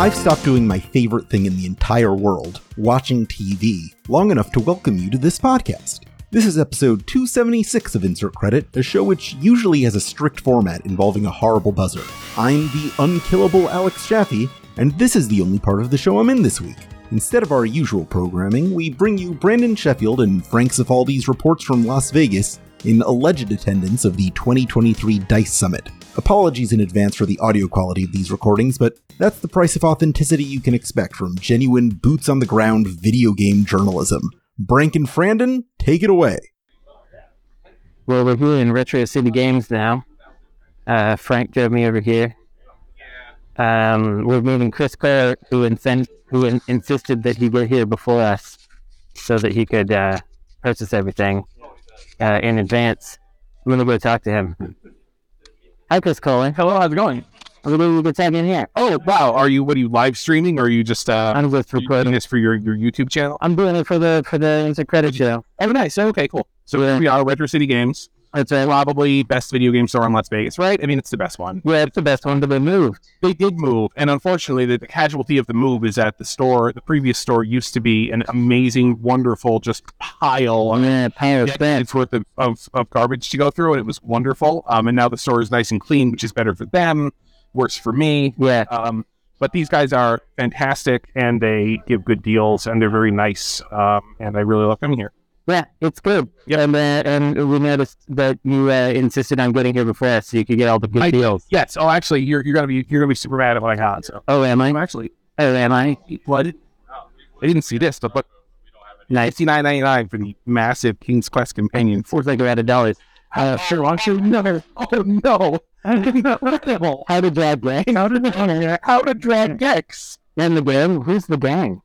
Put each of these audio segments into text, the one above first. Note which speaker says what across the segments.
Speaker 1: I've stopped doing my favorite thing in the entire world, watching TV, long enough to welcome you to this podcast. This is episode 276 of Insert Credit, a show which usually has a strict format involving a horrible buzzer. I'm the unkillable Alex Chaffee, and this is the only part of the show I'm in this week. Instead of our usual programming, we bring you Brandon Sheffield and Frank Cifaldi's reports from Las Vegas in alleged attendance of the 2023 DICE Summit. Apologies in advance for the audio quality of these recordings, but that's the price of authenticity you can expect from genuine boots on the ground video game journalism. Brank and Frandon, take it away.
Speaker 2: Well, we're here in Retro City Games now. Uh, Frank drove me over here. Um, we're moving Chris Clare, who, insen- who in- insisted that he were here before us so that he could uh, purchase everything uh, in advance. I'm going to go talk to him. Hi, Chris Colin. Hello, how's it going? I'm going to go tag in here.
Speaker 3: Oh wow! Are you what are you live streaming or are you just uh
Speaker 2: I'm with for
Speaker 3: you doing
Speaker 2: credit.
Speaker 3: this for your, your YouTube channel?
Speaker 2: I'm doing it for the for the it's a credit show.
Speaker 3: Oh nice. Okay, cool. So
Speaker 2: Yeah.
Speaker 3: we are Retro City Games,
Speaker 2: That's right.
Speaker 3: probably best video game store in Las Vegas, right? I mean, it's the best one.
Speaker 2: Well, it's the best one to be moved.
Speaker 3: They did move, and unfortunately, the, the casualty of the move is that the store, the previous store, used to be an amazing, wonderful, just pile.
Speaker 2: I'm
Speaker 3: of
Speaker 2: gonna pay
Speaker 3: It's worth of, of, of garbage to go through, and it was wonderful. Um, and now the store is nice and clean, which is better for them, worse for me.
Speaker 2: Yeah.
Speaker 3: Um, but these guys are fantastic and they give good deals and they're very nice. Um, and I really love them here.
Speaker 2: Yeah, it's good.
Speaker 3: Yep.
Speaker 2: Um, uh, and we noticed that you uh, insisted on getting here before us so you could get all the good
Speaker 3: I-
Speaker 2: deals.
Speaker 3: Yes. Oh, actually, you're, you're gonna be you're gonna be super mad at what I got. So
Speaker 2: Oh, am I?
Speaker 3: actually,
Speaker 2: Oh, am I?
Speaker 3: well, I didn't, I didn't see this, but, but
Speaker 2: Nice.
Speaker 3: fifty nine ninety nine for the massive King's Quest companion.
Speaker 2: Fourth like around a dollar. Uh, sure, why do no.
Speaker 3: Oh no!
Speaker 2: How to drag gang? How to drag How to drag Gex? And the gang? Who's the gang?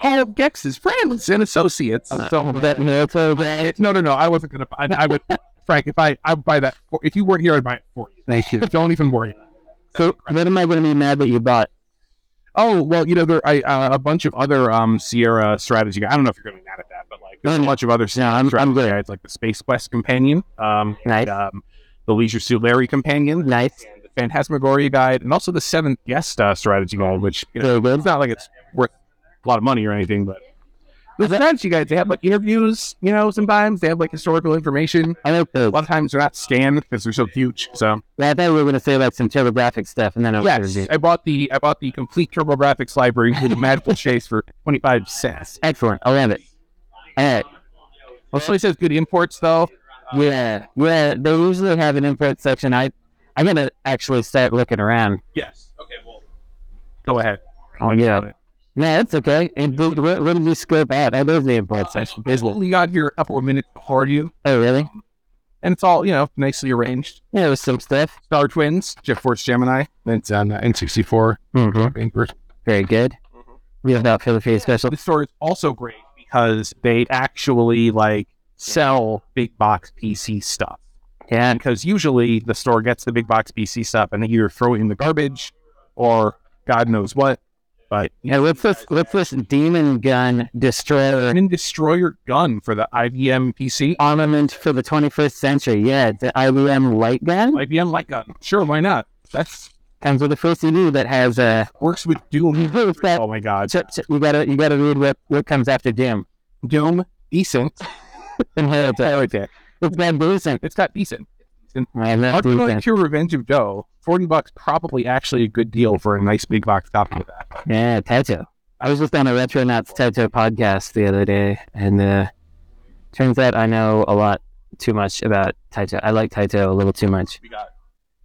Speaker 3: All of Gex's friends and associates.
Speaker 2: Uh, So that Naruto gang.
Speaker 3: no, no, no. I wasn't gonna. I, I would, Frank. If I I would buy that. For, if you weren't here, I'd buy it for you.
Speaker 2: Thank you.
Speaker 3: Don't even worry.
Speaker 2: So what am I going to be mad that you bought?
Speaker 3: Oh well, you know there I, uh, a bunch of other um, Sierra strategy. I don't know if you're going to be mad at that, but like there's a
Speaker 2: No, no.
Speaker 3: bunch of other
Speaker 2: No, Mm-hmm. I'm, I'm
Speaker 3: strategy
Speaker 2: good.
Speaker 3: guides, like the Space Quest Companion, um,
Speaker 2: Nice.
Speaker 3: and, um, the Leisure Suit Larry Companion,
Speaker 2: Nice.
Speaker 3: and the Phantasmagoria Guide, and also the Seventh Guest uh, Strategy Guide, which you know,
Speaker 2: So Mm-hmm. good.
Speaker 3: it's not like it's worth a lot of money or anything, but the strategy guides they have like interviews, you know, sometimes they have like historical information.
Speaker 2: I hope
Speaker 3: A lot of times they're not scanned because they're so huge. So
Speaker 2: I thought we were going to say about some telegraphic stuff, and then I was gonna
Speaker 3: Yes,
Speaker 2: do-
Speaker 3: I bought the I bought the complete TurboGrafx library with Magical Chase for twenty five cents.
Speaker 2: Excellent. I love it. All right.
Speaker 3: Also, it says good imports though.
Speaker 2: Yeah, yeah. They usually have an import section. I, I'm gonna actually start looking around.
Speaker 3: Yes. Okay. Well, go ahead.
Speaker 2: Oh yeah. Nah, that's okay. And but what, what did you scope out? I love the import section.
Speaker 3: It's literally got here a couple of minutes before you,
Speaker 2: Oh really?
Speaker 3: and it's all you know nicely arranged.
Speaker 2: Yeah, there was some stuff.
Speaker 3: Star Twins, Jeff Force Gemini. It's on N sixty four.
Speaker 2: Mm-hmm. Very good. We have not feel free special.
Speaker 3: This store is also great because they actually like sell big box PC stuff.
Speaker 2: Yeah.
Speaker 3: because usually the store gets the big box PC stuff and they either throw it in the garbage or God knows what. But you
Speaker 2: Yeah, what's this? What's this demon gun destroyer
Speaker 3: can destroy your gun for the IBM PC.
Speaker 2: armament for the 21st century? Yeah, the IBM light gun
Speaker 3: IBM light gun. Sure, why not? That's
Speaker 2: comes with a full CD that has uh, a.
Speaker 3: works with Doom.
Speaker 2: Uh,
Speaker 3: Oh my God,
Speaker 2: so, so we gotta, you gotta read what, what comes after Doom.
Speaker 3: Doom decent.
Speaker 2: And uh, how it's,
Speaker 3: I like that.
Speaker 2: it's bamboozling.
Speaker 3: It's got decent.
Speaker 2: I love
Speaker 3: Unlike
Speaker 2: defense.
Speaker 3: your Revenge of Doe, forty bucks probably actually a good deal for a nice big box copy of that.
Speaker 2: Yeah, Tattoo. I was just on a Retronauts Tattoo podcast the other day, and uh, turns out I know a lot too much about Taito. I like Taito a little too much.
Speaker 3: We got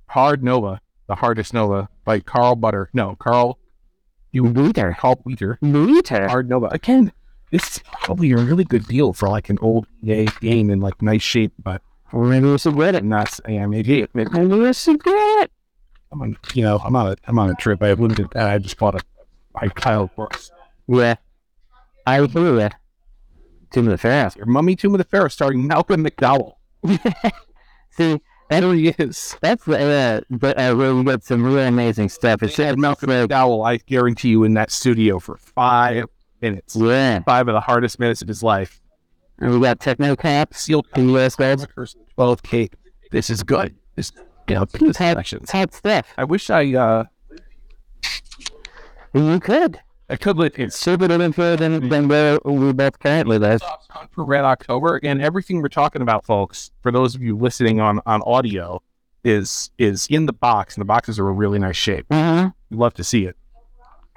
Speaker 3: Hard Nova, the hardest Nova by Carl Butter. No, Carl
Speaker 2: Looter.
Speaker 3: Carl Weeter.
Speaker 2: Looter.
Speaker 3: hard Nova. Again, this is probably a really good deal for like an old EA game in like nice shape, but
Speaker 2: Maybe we should get it.
Speaker 3: not yeah, maybe, maybe
Speaker 2: Maybe we should get it.
Speaker 3: I'm on you know, I'm on a I'm on a trip. I have limited and I just bought a I Kyle Brooks.
Speaker 2: Yeah. I would do it. Tomb of the Pharaohs.
Speaker 3: Your Mummy Tomb of the Pharaoh starring Malcolm McDowell.
Speaker 2: See,
Speaker 3: That really is.
Speaker 2: that's uh, but uh, we got some really amazing stuff. It's
Speaker 3: They had Malcolm McDowell, I guarantee you, in that studio for five minutes.
Speaker 2: yeah.
Speaker 3: Five of the hardest minutes of his life.
Speaker 2: And we got Techno Caps.
Speaker 3: Sealed
Speaker 2: Can you ask that?
Speaker 3: twelve K. This is good. This you know, this
Speaker 2: Tab,
Speaker 3: section.
Speaker 2: tab stuff.
Speaker 3: I wish I uh
Speaker 2: You could.
Speaker 3: I could live here.
Speaker 2: It's super info than, than where we both currently live.
Speaker 3: for Red October and everything we're talking about, folks. For those of you listening on on audio, is is in the box, and the boxes are a really nice shape.
Speaker 2: Uh-huh.
Speaker 3: We'd love to see it.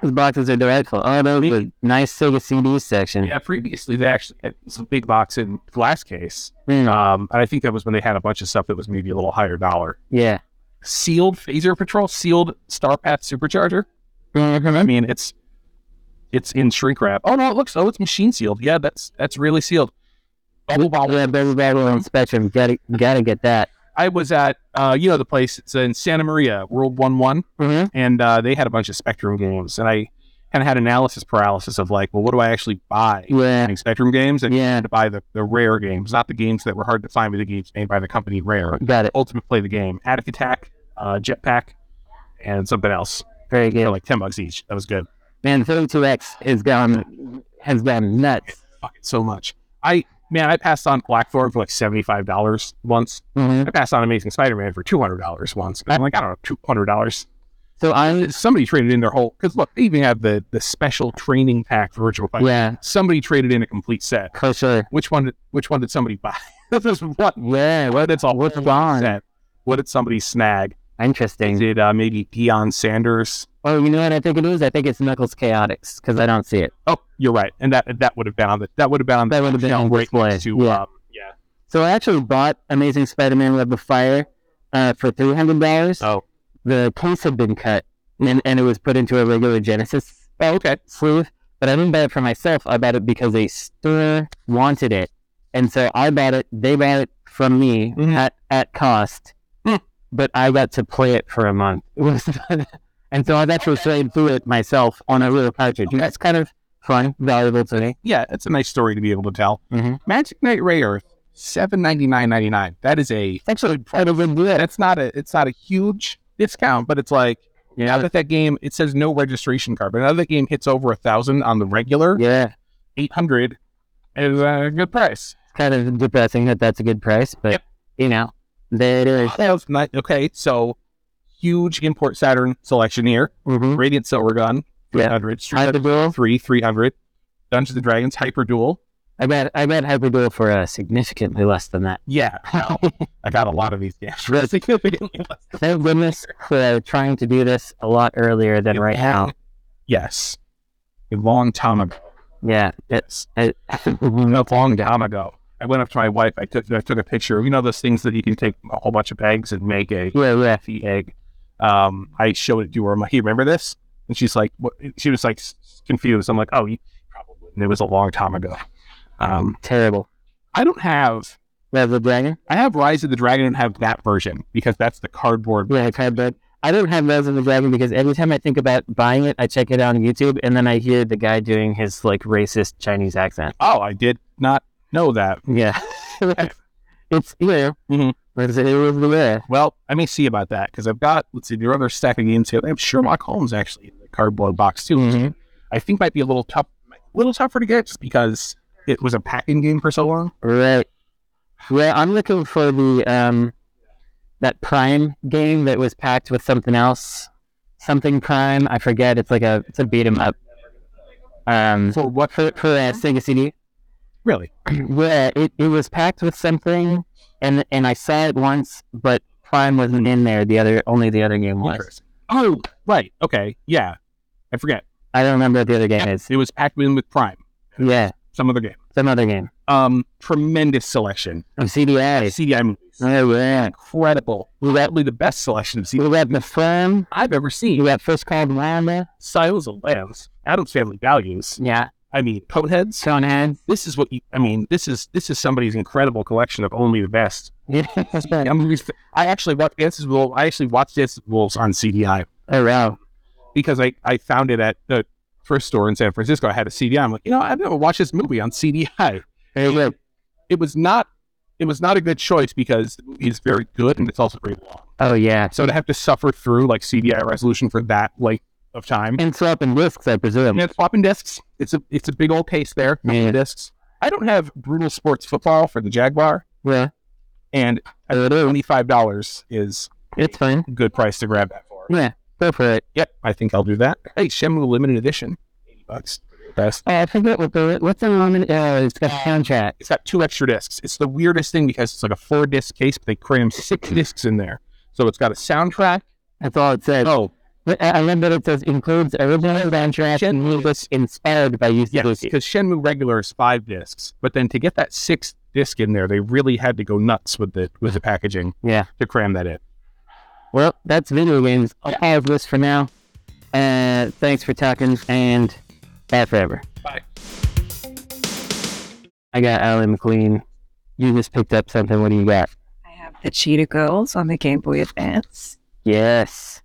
Speaker 2: The boxes are delightful. Oh, those were nice Sega CD section.
Speaker 3: Yeah, previously they actually had some big box in glass case.
Speaker 2: Mm,
Speaker 3: Um, and I think that was when they had a bunch of stuff that was maybe a little higher dollar.
Speaker 2: yeah.
Speaker 3: Sealed Phaser Patrol, sealed Star Path Supercharger.
Speaker 2: Mm-hmm.
Speaker 3: I mean, it's it's in shrink wrap. Oh no, it looks oh, it's machine sealed. Yeah, that's that's really sealed. Bubble Bobble.
Speaker 2: Yeah, Baby Battle on Spectrum. Gotta, gotta get that.
Speaker 3: I was at uh, you know the place. It's in Santa Maria, World One One,
Speaker 2: Mm-hmm.
Speaker 3: and uh, they had a bunch of Spectrum games, and I kind of had analysis paralysis of like, well, what do I actually buy?
Speaker 2: Yeah.
Speaker 3: buying Spectrum games and
Speaker 2: Yeah.
Speaker 3: had to buy the, the rare games, not the games that were hard to find, but the games made by the company Rare.
Speaker 2: Got it.
Speaker 3: Ultimate Play the Game, Attic Attack, uh, Jetpack, and something else
Speaker 2: Very
Speaker 3: for
Speaker 2: good.
Speaker 3: like 10 bucks each. That was good.
Speaker 2: Man, 32X has gone, has gone nuts.
Speaker 3: Fuck it, so much. I, man, I passed on Blackthorn for like $75 once.
Speaker 2: Mm-hmm.
Speaker 3: I passed on Amazing Spider Man for $200 once. And I'm like, I don't know, $200.
Speaker 2: So I'm,
Speaker 3: Somebody traded in their whole, because look, they even have the, the special training pack for Virtual Fighter.
Speaker 2: yeah,
Speaker 3: Somebody traded in a complete set.
Speaker 2: for sure.
Speaker 3: Which one did, which one did somebody buy? this is what
Speaker 2: Yeah,
Speaker 3: Well, that's all.
Speaker 2: What's
Speaker 3: What
Speaker 2: gone?
Speaker 3: did- What did somebody snag?
Speaker 2: interesting.
Speaker 3: Did uh, maybe Deion Sanders?
Speaker 2: Oh, you know what I think it is? I think it's Knuckles Chaotix because I don't see it.
Speaker 3: Oh, you're right. And that that would have been on the that would have been on the
Speaker 2: That would have been on
Speaker 3: shelf right
Speaker 2: display,
Speaker 3: next to,
Speaker 2: yeah.
Speaker 3: um, yeah.
Speaker 2: So I actually bought Amazing Spider-Man Web of Fire uh, for three hundred dollars.
Speaker 3: Oh.
Speaker 2: The case had been cut and, and it was put into a regular Genesis
Speaker 3: Oh, okay.
Speaker 2: sleeve, but I didn't buy it for myself. I bought it because a store wanted it, and so I bought it. They bought it from me
Speaker 3: Mhm.
Speaker 2: at at cost,
Speaker 3: Mm.
Speaker 2: but I got to play it for a month. It was- and so I've actually played through it myself on a real cartridge. and That's kind of fun, valuable to me.
Speaker 3: Yeah, it's a nice story to be able to tell.
Speaker 2: Mhm.
Speaker 3: Magic Knight Ray Earth, seven ninety nine ninety nine. That is a
Speaker 2: It's actually kind of good.
Speaker 3: that's not a it's not a huge discount, but it's like now that that game it says no registration card, but now that game hits over a thousand on the regular,
Speaker 2: Yeah.
Speaker 3: eight hundred is a good price.
Speaker 2: kind of depressing that that's a good price, but
Speaker 3: Yep. Ah,
Speaker 2: you know, there it is.
Speaker 3: That was nice. Okay, so huge import Saturn selection here.
Speaker 2: Mm-hmm.
Speaker 3: Radiant Silver Gun,
Speaker 2: Yeah.
Speaker 3: 300, Street Fighter
Speaker 2: Hyperduel.
Speaker 3: 3, 300, Dungeons and Dragons, Hyper Duel.
Speaker 2: I bet I bet Hyperduel for uh, significantly less than that.
Speaker 3: Yeah, wow. I got a lot of these games. for
Speaker 2: Right.
Speaker 3: significantly less.
Speaker 2: Thank goodness for trying to do this a lot earlier than
Speaker 3: Yep.
Speaker 2: right now.
Speaker 3: Yes. A long time ago.
Speaker 2: Yeah, it's it,
Speaker 3: A long time ago. I went up to my wife. I took I took a picture. You know those things that you can take a whole bunch of eggs and make a
Speaker 2: yeah, yeah.
Speaker 3: the egg. Um, I showed it to her. I'm like, "Hey, remember this?" And she's like, "What?" She was like s- confused. I'm like, "Oh, you probably." wouldn't." And it was a long time ago. Um,
Speaker 2: terrible.
Speaker 3: I don't have.
Speaker 2: Rev the Dragon.
Speaker 3: I have Rise of the Dragon. I don't have that version because that's the cardboard.
Speaker 2: Yeah, cardboard. I don't have Rev the Dragon because every time I think about buying it, I check it out on YouTube, and then I hear the guy doing his like racist Chinese accent.
Speaker 3: Oh, I did not know that.
Speaker 2: Yeah, it's you know,
Speaker 3: Mhm.
Speaker 2: it's- it was there.
Speaker 3: Well, I may see about that because I've got. Let's see, there are other stack of games here. I have Sherlock Holmes actually in the cardboard box too.
Speaker 2: Mhm.
Speaker 3: I think might be a little tough, little tougher to get just because it was a packing game for so long.
Speaker 2: Right. Well, I'm looking for the um that Prime game that was packed with something else, something Prime. I forget. It's like a it's a beat 'em up. Um,
Speaker 3: For what?
Speaker 2: for for uh, Sega CD,
Speaker 3: Really?
Speaker 2: where it, it was packed with something, and and I saw it once, but Prime wasn't in there. The other only the other game was.
Speaker 3: Interesting. Oh, right. Okay. Yeah. I forget.
Speaker 2: I don't remember what the other game is.
Speaker 3: It was packed in with Prime,
Speaker 2: Yeah,
Speaker 3: some other game.
Speaker 2: some other game.
Speaker 3: Um, tremendous selection.
Speaker 2: Of CDI.
Speaker 3: CDI movies.
Speaker 2: Oh, yeah.
Speaker 3: Incredible. Probably the best selection of CDI
Speaker 2: We got the firm.
Speaker 3: I've ever
Speaker 2: You
Speaker 3: seen.
Speaker 2: got first called Lambda.
Speaker 3: Silence of Lambs, Adam's Family Values.
Speaker 2: Yeah.
Speaker 3: I mean, Coneheads.
Speaker 2: Conehead.
Speaker 3: This is what you. I mean, this is this is somebody's incredible collection of only the best.
Speaker 2: Yeah.
Speaker 3: I'm re- I actually watched Dances with Wolves. I actually watched Dances with Wolves on CDI
Speaker 2: Oh wow!
Speaker 3: because I I found it at the first store in San Francisco. I had a CDI. I'm like, you know, I've never watched this movie on CDI.
Speaker 2: Hey, look,
Speaker 3: It was not. It was not a good choice because the movie is very good and it's also very long.
Speaker 2: Oh yeah,
Speaker 3: So to have to suffer through like CDI resolution for that length of time.
Speaker 2: and swap and risks, I presume.
Speaker 3: And it's swapping discs. It's a it's a big old case there. swapping
Speaker 2: Yeah.
Speaker 3: Discs. I don't have brutal sports football for the Jaguar,
Speaker 2: Yeah,
Speaker 3: and
Speaker 2: I don't know.
Speaker 3: twenty five dollars is
Speaker 2: Uh-huh. it's fine.
Speaker 3: a good price to grab that for.
Speaker 2: Yeah, Go for it.
Speaker 3: Yep, I think I'll do that. Hey, Shenmue limited edition, eighty bucks. That's
Speaker 2: Uh, I forget what the what's the one. Uh, it's got soundtrack.
Speaker 3: it's got two extra discs. It's the weirdest thing because it's like a four disc case, but they cram six discs in there. So it's got a soundtrack.
Speaker 2: Mm-hmm. That's all it says.
Speaker 3: Oh,
Speaker 2: But I I love that it says includes original soundtrack and music inspired by Yu
Speaker 3: yes,
Speaker 2: Suzuki.
Speaker 3: because Shenmue regular is five discs, but then to get that sixth disc in there, they really had to go nuts with the with the packaging
Speaker 2: Yeah.
Speaker 3: to cram that in.
Speaker 2: Well, that's video games. I'll have this for now. Uh, thanks for talking and bad forever.
Speaker 3: Bye.
Speaker 2: I got Alan McLean. You just picked up something. What do you got?
Speaker 4: I have the Cheetah Girls on the Game Boy Advance.
Speaker 2: Yes.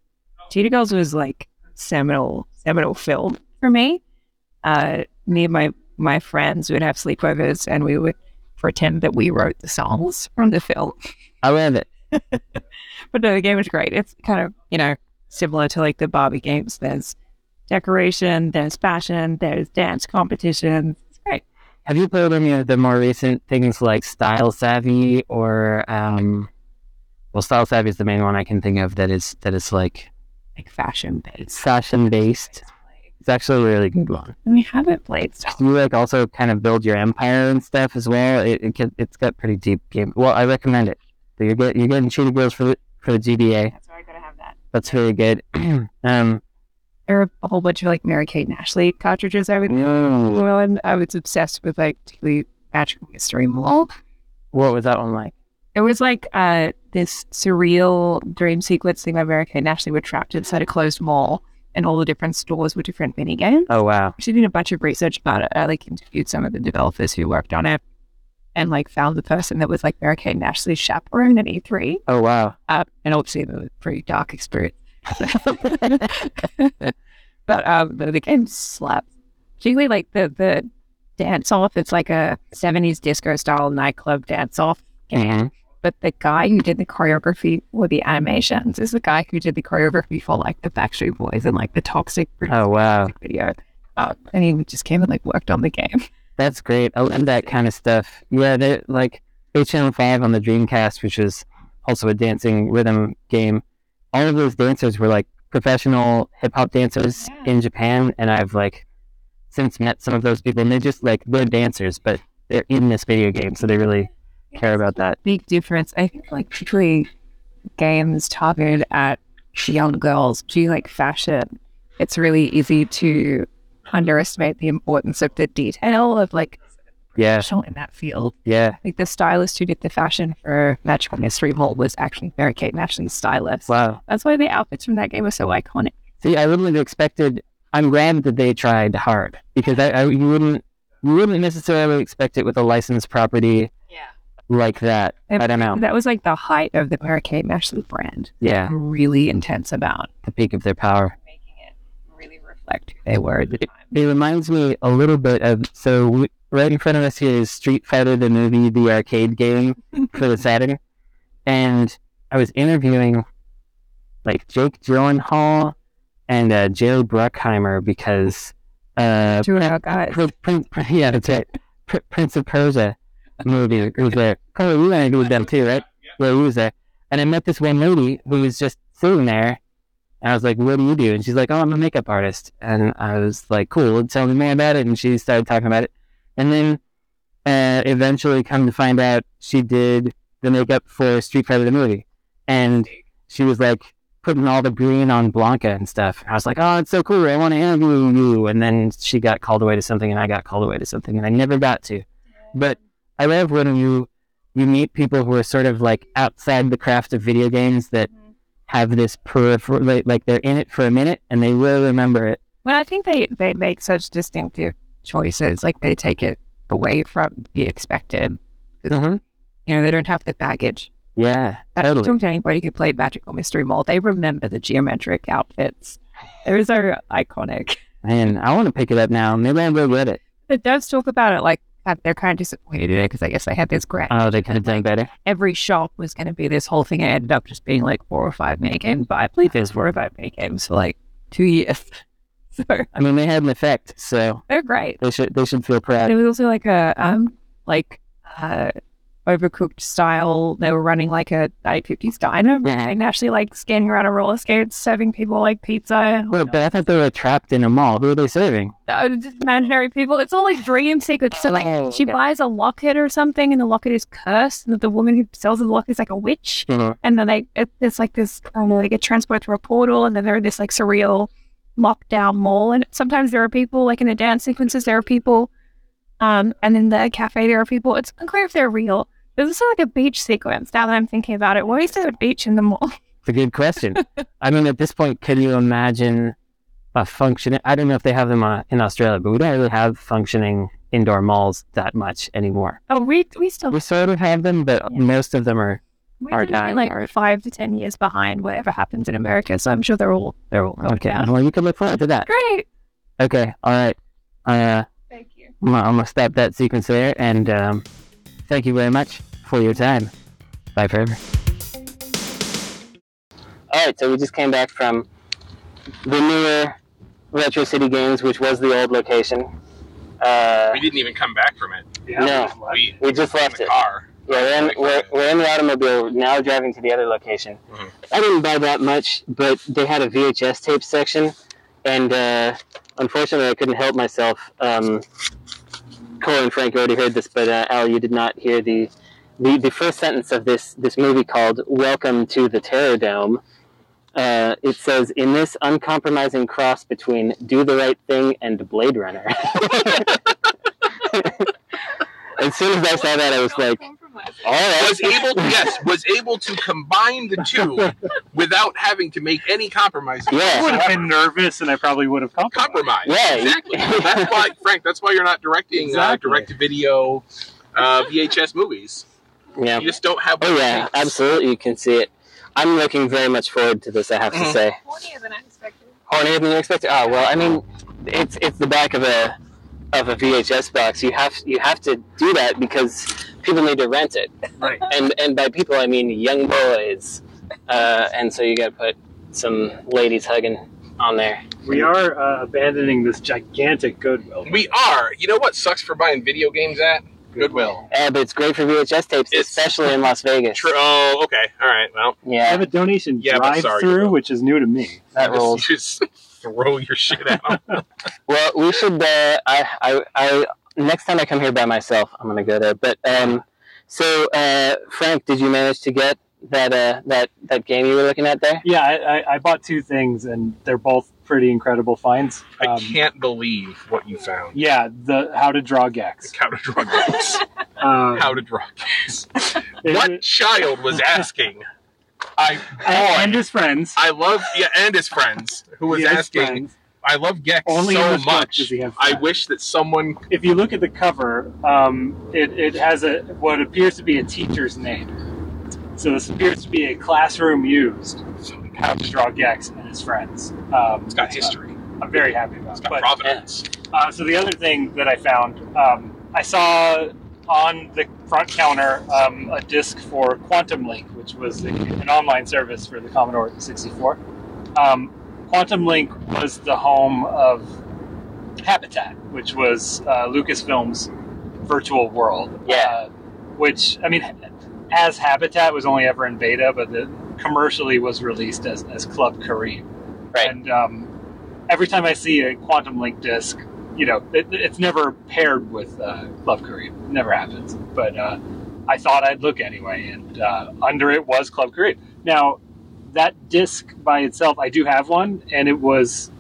Speaker 4: Cheetah Girls was like seminal seminal film for me. Uh, me and my my friends would have sleepovers and we would pretend that we wrote the songs from the film.
Speaker 2: I love it.
Speaker 4: But no, the game is great. It's kind of you know similar to like the Barbie games. There's decoration, there's fashion, there's dance competition. It's great.
Speaker 2: Have you played any of the more recent things like Style Savvy or um well Style Savvy is the main one I can think of that is that is like
Speaker 4: Like fashion based.
Speaker 2: fashion based. It's actually a really good one.
Speaker 4: And we haven't played stuff.
Speaker 2: You like also kind of build your empire and stuff as well. It, it can, it's got pretty deep game. Well, I recommend it. So you're get, you're getting cheated girls for the for the GBA.
Speaker 4: That's why I gotta have that.
Speaker 2: That's really good. um,
Speaker 4: There are a whole bunch of like Mary Kate and Ashley cartridges I would
Speaker 2: no.
Speaker 4: Well, and I was obsessed with like particularly magical mystery mall.
Speaker 2: what was that one like?
Speaker 4: It was like uh, this surreal dream sequence thing where America and Ashley were trapped inside a closed mall and all the different stores were different mini games.
Speaker 2: Oh wow,
Speaker 4: She did a bunch of research about it. I like interviewed some of the developers who worked on it and like found the person that was like Mary Kate and Ashley's chaperone at E3.
Speaker 2: oh wow.
Speaker 4: Uh, and obviously, it was a pretty dark experience. but um, the, the game slapped. Particularly like the the dance off. It's like a seventies disco style nightclub dance off.
Speaker 2: Mhm.
Speaker 4: But the guy who did the choreography for the animations is the guy who did the choreography for like the Backstreet Boys and like the Toxic
Speaker 2: Oh wow.
Speaker 4: video. Uh, and he just came and like worked on the game.
Speaker 2: That's great. I love that kind of stuff. Yeah, they're like HM5 on the Dreamcast, which is also a dancing rhythm game. All of those dancers were like professional hip hop dancers in Japan, and I've like since met some of those people, and they just like they're dancers, but they're in this video game, so they really care about that.
Speaker 4: Big difference. I think like particularly games targeted at young girls, do you like fashion? It's really easy to underestimate the importance of the detail of like
Speaker 2: Yeah,
Speaker 4: professional in that field.
Speaker 2: yeah.
Speaker 4: Like the stylist who did the fashion for Magical Mystery Mall was actually Mary Kate and Ashley's stylist.
Speaker 2: Wow.
Speaker 4: That's why the outfits from that game are so iconic.
Speaker 2: See, I wouldn't have expected. I'm glad that they tried hard because I, I you wouldn't you wouldn't necessarily expect it with a licensed property
Speaker 4: Yeah.
Speaker 2: like that. I don't know.
Speaker 4: That was like the height of the Mary Kate and Ashley brand.
Speaker 2: Yeah.
Speaker 4: I'm really intense about
Speaker 2: the peak of their power.
Speaker 4: making it really reflect who they were at the time.
Speaker 2: It reminds me a little bit of so we, right in front of us here is Street Fighter the movie, the arcade game for the Saturn, and I was interviewing like Jake Gyllenhaal and uh, Joe Bruckheimer because uh,
Speaker 4: Two and our guys.
Speaker 2: Prince, Prince, Prin- yeah, that's right, Pr- Prince of Persia movie was there. Carly, we went with them too, right? Where we was there, and I met this one lady who was just sitting there, and I was like, "What do you do?" And she's like, "Oh, I'm a makeup artist," and I was like, "Cool, tell me more about it." And she started talking about it, and then uh, eventually, come to find out, she did the makeup for Street Fighter the movie, and she was like putting all the green on Blanca and stuff. I was like, oh, it's so cool. I want to interview you. And then she got called away to something, and I got called away to something, and I never got to. But I love when you you meet people who are sort of like outside the craft of video games that have this peripheral, like, like they're in it for a minute and they will remember it.
Speaker 4: Well, I think they, they make such distinctive choices. Like they take it away from the expected.
Speaker 2: Mm-hmm.
Speaker 4: You know, they don't have the baggage.
Speaker 2: Yeah,
Speaker 4: I don't
Speaker 2: totally.
Speaker 4: talk to anybody who played Magical Mystery Mall. They remember the geometric outfits. They were so iconic.
Speaker 2: And I want to pick it up now. Maybe I will read it.
Speaker 4: The devs talk about it like that they're kind of disappointed because I guess they had this grand.
Speaker 2: Oh, they could have done better.
Speaker 4: Every shop was going to be this whole thing. and It ended up just being like four or five mini games, but I believe there's four or five mini games for like two years. So
Speaker 2: I mean, they had an effect, so
Speaker 4: they're great.
Speaker 2: they should they should feel proud.
Speaker 4: But it was also like a um like uh
Speaker 5: overcooked style. They were running like a 1950s diner and actually like skating around on roller skates, serving people like pizza.
Speaker 6: Well, but I thought they were trapped in a mall. Who are they serving?
Speaker 5: Uh, just imaginary people. It's all like dream secrets. So
Speaker 6: Oh,
Speaker 5: like she
Speaker 6: yeah.
Speaker 5: buys a locket or something, and the locket is cursed, and the woman who sells the locket is like a witch.
Speaker 2: Mm-hmm.
Speaker 5: And then like it, it's like this, I don't know, they get transported through a portal, and then they're in this like surreal lockdown mall. And sometimes there are people like in the dance sequences, there are people, um, and in the cafe there are people. It's unclear if they're real. There's also like a beach sequence. Now that I'm thinking about it, why is there a beach in the mall?
Speaker 6: It's a good question. I mean, at this point, can you imagine a functioning? I don't know if they have them uh, in Australia, but we don't really have functioning indoor malls that much anymore.
Speaker 5: Oh, we we still
Speaker 6: We sort of have them, but most of them are
Speaker 5: we're
Speaker 6: Our
Speaker 5: definitely, like
Speaker 6: dinosaurs.
Speaker 5: five to ten years behind whatever happens in America. So I'm sure they're all they're all
Speaker 6: okay.
Speaker 5: yeah.
Speaker 6: Well, you can look forward to that.
Speaker 5: Great.
Speaker 6: Okay, all right. Uh,
Speaker 5: Thank you.
Speaker 6: I'm gonna I'm gonna stop that sequence there, and um, thank you very much for your time. Bye forever. All right, so we just came back from the newer Retro City Games, which was the old location. Uh,
Speaker 3: We didn't even come back from it.
Speaker 6: no,
Speaker 3: We
Speaker 6: we just
Speaker 3: in
Speaker 6: left
Speaker 3: the
Speaker 6: it.
Speaker 3: car.
Speaker 6: Yeah, we're in, we're, we're in the automobile now, driving to the other location.
Speaker 3: Mhm.
Speaker 6: I didn't buy that much, but they had a VHS tape section, and uh, unfortunately, I couldn't help myself. Um, Cole and Frank already heard this, but uh, Al, you did not hear the, the the first sentence of this this movie called "Welcome to the Terror Dome." Uh, it says, "In this uncompromising cross between Do the Right Thing and Blade Runner." as soon as I saw that, I was like, "All right."
Speaker 3: Was able, yes, was able to combine the two without having to make any compromises.
Speaker 7: I
Speaker 6: Yeah.
Speaker 7: would have been nervous, and I probably would have compromised.
Speaker 3: Compromise.
Speaker 6: Yeah.
Speaker 3: exactly. that's why, Frank. That's why you're not directing
Speaker 7: Exactly.
Speaker 3: uh, direct-to-video uh, VHS movies.
Speaker 6: Yeah.
Speaker 3: You just don't have.
Speaker 6: Oh yeah,
Speaker 3: the takes.
Speaker 6: absolutely. You can see it. I'm looking very much forward to this. I have to
Speaker 3: Mhm.
Speaker 6: say,
Speaker 5: Hornier than I expected.
Speaker 6: hornier than you expected. Oh well, I mean, it's it's the back of a of a VHS box. You have you have to do that because people need to rent it,
Speaker 3: Right.
Speaker 6: and and by people I mean young boys. Uh, and so you got to put some ladies hugging on there.
Speaker 7: We are uh, abandoning this gigantic Goodwill.
Speaker 3: We are. You know what sucks for buying video games at Goodwill.
Speaker 6: Uh, but it's great for VHS tapes,
Speaker 3: It's-
Speaker 6: especially in Las Vegas.
Speaker 3: True. Oh, okay. All right. Well,
Speaker 7: I
Speaker 6: Yeah,
Speaker 7: have a donation
Speaker 3: Yeah, but sorry,
Speaker 7: drive
Speaker 3: Goodwill.
Speaker 7: through, which is new to me.
Speaker 6: that
Speaker 3: you just-
Speaker 6: rolls.
Speaker 3: you Just, throw your shit at 'em.
Speaker 6: Well, we should. Uh, I, I, I, next time I come here by myself, I'm gonna go there. But um, so uh, Frank, did you manage to get that uh, that that game you were looking at there?
Speaker 7: Yeah, I, I, I bought two things, and they're both pretty incredible finds.
Speaker 3: I
Speaker 7: Um,
Speaker 3: can't believe what you found.
Speaker 7: Yeah, the how to draw Gex.
Speaker 3: How to draw games.
Speaker 7: Um,
Speaker 3: How to draw games.
Speaker 7: it-
Speaker 3: what
Speaker 7: it-
Speaker 3: child was asking? I
Speaker 7: and
Speaker 3: boy,
Speaker 7: his friends.
Speaker 3: Oh, I love yeah, and his friends who was
Speaker 7: He has
Speaker 3: asking.
Speaker 7: friends.
Speaker 3: I love Gex
Speaker 7: Only in
Speaker 3: so
Speaker 7: this book does
Speaker 3: much.
Speaker 7: he have
Speaker 3: I
Speaker 7: friends.
Speaker 3: wish that someone.
Speaker 7: If you look at the cover, um, it, it has a what appears to be a teacher's name. So this appears to be a classroom used how to draw Gex and his friends. Um,
Speaker 3: It's got history.
Speaker 7: I'm very happy about.
Speaker 3: It's
Speaker 7: it.
Speaker 3: got
Speaker 7: But,
Speaker 3: provenance.
Speaker 7: Uh, so the other thing that I found, um, I saw on the front counter um, a disc for Quantum Link, which was a, an online service for the Commodore 64. Um, Quantum Link was the home of Habitat, which was uh, Lucasfilm's virtual world.
Speaker 6: Yeah.
Speaker 7: Uh, which I mean, as Habitat was only ever in beta, but the commercially was released as, as Club Kareem.
Speaker 6: Right.
Speaker 7: And um, every time I see a Quantum Link disc, you know, it, it's never paired with uh, Club Kareem. Never happens. But uh, I thought I'd look anyway, and uh, under it was Club Kareem. Now, that disc by itself, I do have one, and it was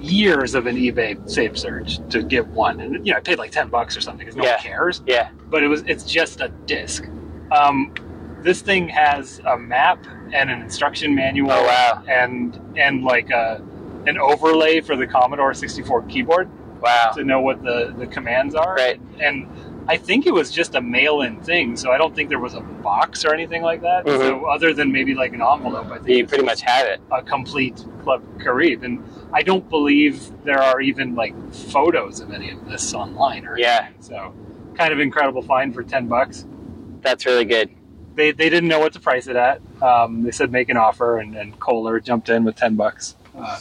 Speaker 7: years of an eBay save search to get one. And, you know, I paid like 10 bucks or something because no
Speaker 6: Yeah.
Speaker 7: one cares
Speaker 6: Yeah.
Speaker 7: but it was it's just a disc. Um, this thing has a map and an instruction manual
Speaker 6: Oh, wow.
Speaker 7: and and like a an overlay for the Commodore 64 keyboard
Speaker 6: Wow.
Speaker 7: to know what the, the commands are.
Speaker 6: Right.
Speaker 7: And I think it was just a mail in thing, so I don't think there was a box or anything like that.
Speaker 6: Mhm.
Speaker 7: So other than maybe like an envelope, I think
Speaker 6: You
Speaker 7: it's
Speaker 6: pretty
Speaker 7: just-
Speaker 6: much had it.
Speaker 7: a complete Club Carib. And I don't believe there are even like photos of any of this online or
Speaker 6: Yeah.
Speaker 7: anything. So kind of incredible find for ten bucks.
Speaker 6: That's really good.
Speaker 7: They they didn't know what to price it at. Um, they said make an offer and, and Kohler jumped in with ten bucks. Uh,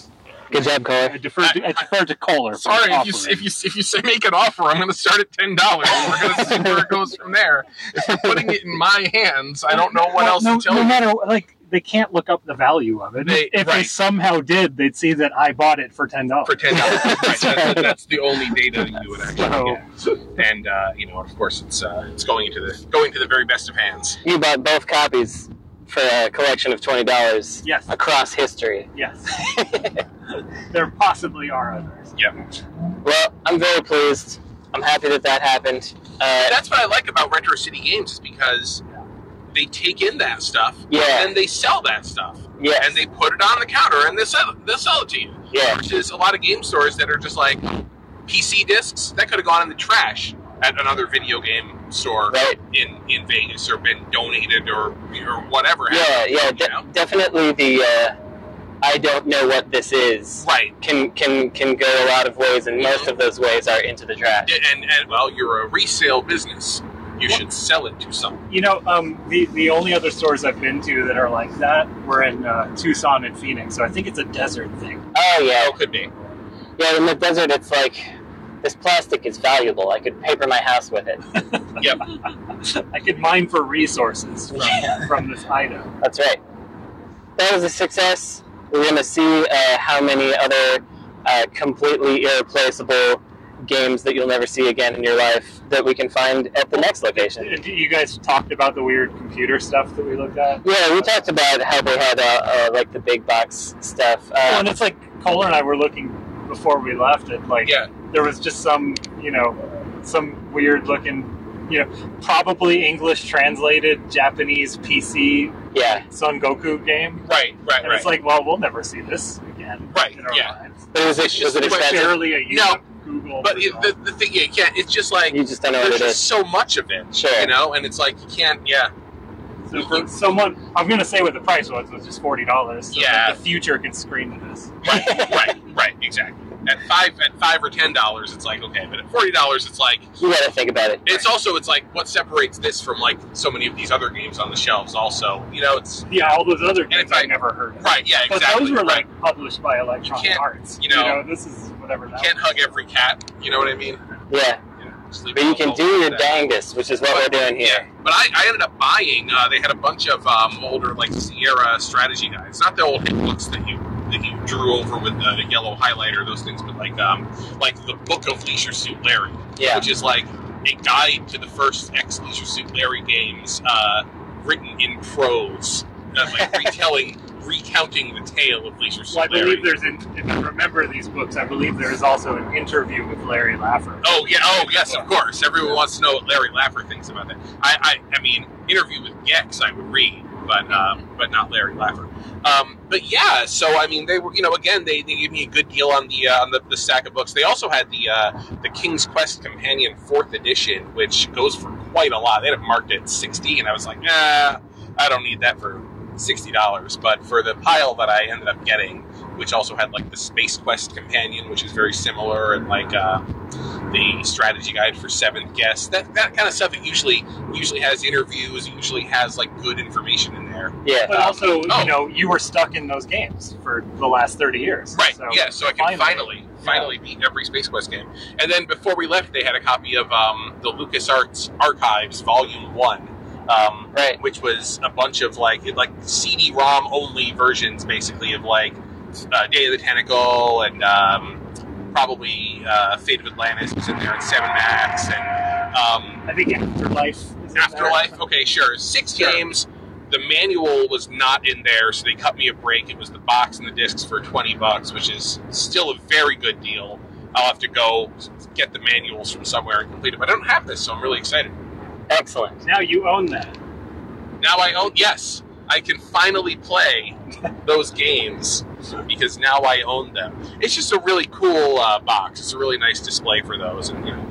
Speaker 6: Good job,
Speaker 7: I
Speaker 6: Corey.
Speaker 7: defer to, I defer to Kohler. for
Speaker 3: Sorry, if you,
Speaker 7: offering.
Speaker 3: if you if you say make an offer, I'm going to start at ten dollars. We're going to see where it goes from there. If you're putting it in my hands, I don't know what
Speaker 7: Well,
Speaker 3: else
Speaker 7: no,
Speaker 3: to tell
Speaker 7: no
Speaker 3: you.
Speaker 7: matter like they can't look up the value of it.
Speaker 3: They-
Speaker 7: if they
Speaker 3: right.
Speaker 7: somehow did, they'd see that I bought it for ten
Speaker 3: for
Speaker 7: dollars.
Speaker 3: ten dollars. right, that's, that's the only data that you would actually
Speaker 7: So-
Speaker 3: get. And uh, you know, of course, it's uh, it's going into the going to the very best of hands.
Speaker 6: You bought both copies for a collection of twenty dollars
Speaker 7: Yes,
Speaker 6: across history.
Speaker 7: yes. there possibly are others.
Speaker 3: Yeah,
Speaker 6: Well, I'm very pleased. I'm happy that that happened. Uh,
Speaker 3: that's what I like about Retro City Games is because they take in that stuff
Speaker 6: Yeah.
Speaker 3: and they sell that stuff
Speaker 6: yeah,
Speaker 3: and they put it on the counter and they sell they sell it to you.
Speaker 6: yeah,
Speaker 3: Which is a lot of game stores that are just like PC discs that could have gone in the trash at another video game store
Speaker 6: right.
Speaker 3: in, in Vegas or been donated or or whatever.
Speaker 6: Yeah, yeah,
Speaker 3: You know?
Speaker 6: de- definitely the. Uh, I don't know what this is.
Speaker 3: Right. Mm-hmm.
Speaker 6: Can can can go a lot of ways, and most of those ways are into the trash.
Speaker 3: and, and well, you're a resale business. You should sell it to someone.
Speaker 7: You know, um, the the only other stores I've been to that are like that were in uh, Tucson and Phoenix. So I think it's a desert thing.
Speaker 6: Oh yeah,
Speaker 3: It could be.
Speaker 6: yeah. In the desert, it's like this plastic is valuable. I could paper my house with it.
Speaker 7: I could mine for resources from, from this item.
Speaker 6: That's right. That was a success. We're going to see uh, how many other uh, completely irreplaceable games that you'll never see again in your life that we can find at the next location.
Speaker 7: And You guys talked about the weird computer stuff that we looked at.
Speaker 6: Yeah, we talked about how they had uh, uh, like the big box stuff.
Speaker 7: Well, and
Speaker 6: Uh,
Speaker 7: it's like Kohler and I were looking before we left at like
Speaker 3: Yeah.
Speaker 7: there was just some you know some weird looking you know probably English translated Japanese PC
Speaker 6: yeah,
Speaker 7: Son Goku game,
Speaker 3: Right. Right.
Speaker 7: and
Speaker 3: Right.
Speaker 7: it's like well we'll never see this again.
Speaker 3: Right,
Speaker 7: In our
Speaker 3: yeah.
Speaker 7: Lives.
Speaker 6: but was it, was it
Speaker 3: It's just-
Speaker 6: expensive?
Speaker 7: Barely a use
Speaker 3: No,
Speaker 7: of Google.
Speaker 3: but it,
Speaker 7: result.
Speaker 3: the, the thing you can't. It's just like
Speaker 6: You just don't know what
Speaker 3: there's
Speaker 6: it
Speaker 3: just
Speaker 6: is.
Speaker 3: so much of it.
Speaker 6: Sure.
Speaker 3: You know, and it's like you can't. Yeah.
Speaker 7: so for someone, I'm gonna say what the price was. It was just forty dollars. So that
Speaker 3: Yeah.
Speaker 7: The future can screen to this.
Speaker 3: Right. right. Right. Exactly. At five, at five or ten dollars, it's like okay, but at forty dollars, it's like
Speaker 6: You got to think about it.
Speaker 3: it's also it's like what separates this from like so many of these other games on the shelves. Also, you know, it's
Speaker 7: Yeah, all those other games
Speaker 3: it's like-
Speaker 7: I've never heard. Of.
Speaker 3: right. Yeah.
Speaker 7: But
Speaker 3: Exactly.
Speaker 7: those were
Speaker 3: right.
Speaker 7: like published by Electronic
Speaker 3: You can't-
Speaker 7: Arts.
Speaker 3: you know-
Speaker 7: this is whatever. That
Speaker 3: can't
Speaker 7: was.
Speaker 3: hug every cat. You know what I mean?
Speaker 6: Yeah,
Speaker 3: Just leave
Speaker 6: but
Speaker 3: it
Speaker 6: you can
Speaker 3: alone.
Speaker 6: do your dangest, which is what we're doing
Speaker 3: Yeah,
Speaker 6: here.
Speaker 3: but I, I ended up buying. Uh, they had a bunch of um, older like Sierra strategy guides, not the old books that you that you drew over with uh, the yellow highlighter, those things, but like um, like the Book of Leisure Suit Larry,
Speaker 6: Yeah,
Speaker 3: which is like a guide to the first X Leisure Suit Larry games, uh, written in prose, uh, like retelling, recounting the tale of Leisure Suit
Speaker 7: Well, I
Speaker 3: Larry.
Speaker 7: believe there's, in, if I remember these books, I believe there is also an interview with Larry Laffer.
Speaker 3: Oh yeah! Oh yes, of course. Everyone wants to know what Larry Laffer thinks about that. I, I, I mean, interview with Gex, I would read, but um, but not Larry Laffer. Um, but yeah, so I mean, they were, you know, again, they, they gave me a good deal on the uh, on the, the stack of books. They also had the uh, the King's Quest Companion Fourth Edition, which goes for quite a lot. They had it marked at sixty, and I was like, nah, I don't need that for sixty dollars. But for the pile that I ended up getting, which also had like the Space Quest Companion, which is very similar, and like. Uh, the strategy guide for seventh guest. That that kind of stuff. It usually usually has interviews. It usually has like good information in there.
Speaker 6: yeah,
Speaker 7: But also,
Speaker 3: Oh.
Speaker 7: you know, you were stuck in those games for the last 30 years.
Speaker 3: Right.
Speaker 7: So
Speaker 3: yeah. So I can
Speaker 7: finally-
Speaker 3: finally finally beat every Space Quest game. And then before we left, they had a copy of um, the LucasArts Archives Volume One. Um,
Speaker 6: right.
Speaker 3: which was a bunch of like it- like CD-ROM only versions, basically of like uh, Day of the Tentacle and um, probably uh, Fate of Atlantis was in there, and Seven Max, and um,
Speaker 7: I think Afterlife. is in there.
Speaker 3: Afterlife. Okay, sure. Six
Speaker 7: Sure.
Speaker 3: games. The manual was not in there, so they cut me a break. It was the box and the discs for twenty bucks, which is still a very good deal. I'll have to go get the manuals from somewhere and complete it. But I don't have this, so I'm really excited.
Speaker 6: Excellent.
Speaker 7: Now you own that.
Speaker 3: Now I own. Yes, I can finally play those games because now I own them. It's just a really cool uh, box. It's a really nice display for those, and you know,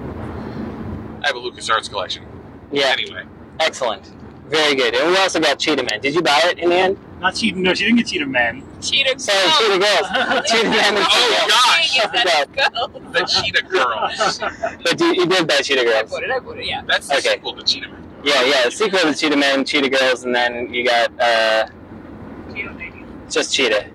Speaker 3: I have a LucasArts collection.
Speaker 6: Yeah,
Speaker 3: Anyway,
Speaker 6: excellent. Very good. And we also got Cheetah Man. Did you buy it in the end?
Speaker 7: Not cheating. No, she didn't get cheated, man.
Speaker 8: Cheetah
Speaker 6: Sorry, Cheetah Girls. Cheetah Man and
Speaker 3: Oh,
Speaker 8: Dang
Speaker 6: Cheetah
Speaker 3: gosh.
Speaker 8: it,
Speaker 6: Girls.
Speaker 8: let's go.
Speaker 3: the Cheetah Girls.
Speaker 6: But you, you did buy Cheetah
Speaker 8: I
Speaker 6: Girls.
Speaker 8: bought it, I bought it, yeah.
Speaker 3: That's the
Speaker 6: Okay.
Speaker 3: sequel to Cheetah Man.
Speaker 6: Yeah, yeah. The sequel to Cheetah Man, Cheetah Girls, and then you got uh,
Speaker 8: Cheetah lady.
Speaker 6: just Cheetah.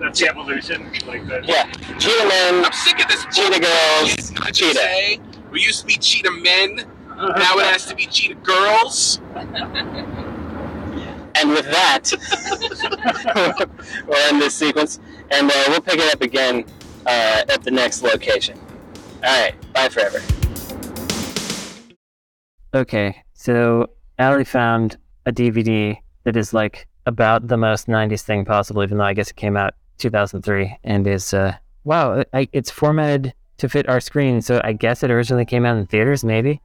Speaker 8: That's the evolution. Like the,
Speaker 6: Yeah, Cheetah Men,
Speaker 3: I'm sick of this.
Speaker 6: Cheetah Girls,
Speaker 3: It's not
Speaker 6: Cheetah.
Speaker 3: to say. We used to be cheetah men. Now it has to be cheetah girls.
Speaker 6: and with that, we'll end this sequence, and uh, we'll pick it up again uh, at the next location. All right, bye forever.
Speaker 2: Okay, so Ali found a DVD that is like about the most 90s thing possible, even though I guess it came out 2003 and is, uh, wow, I, it's formatted to fit our screen. So I guess it originally came out in theaters, maybe.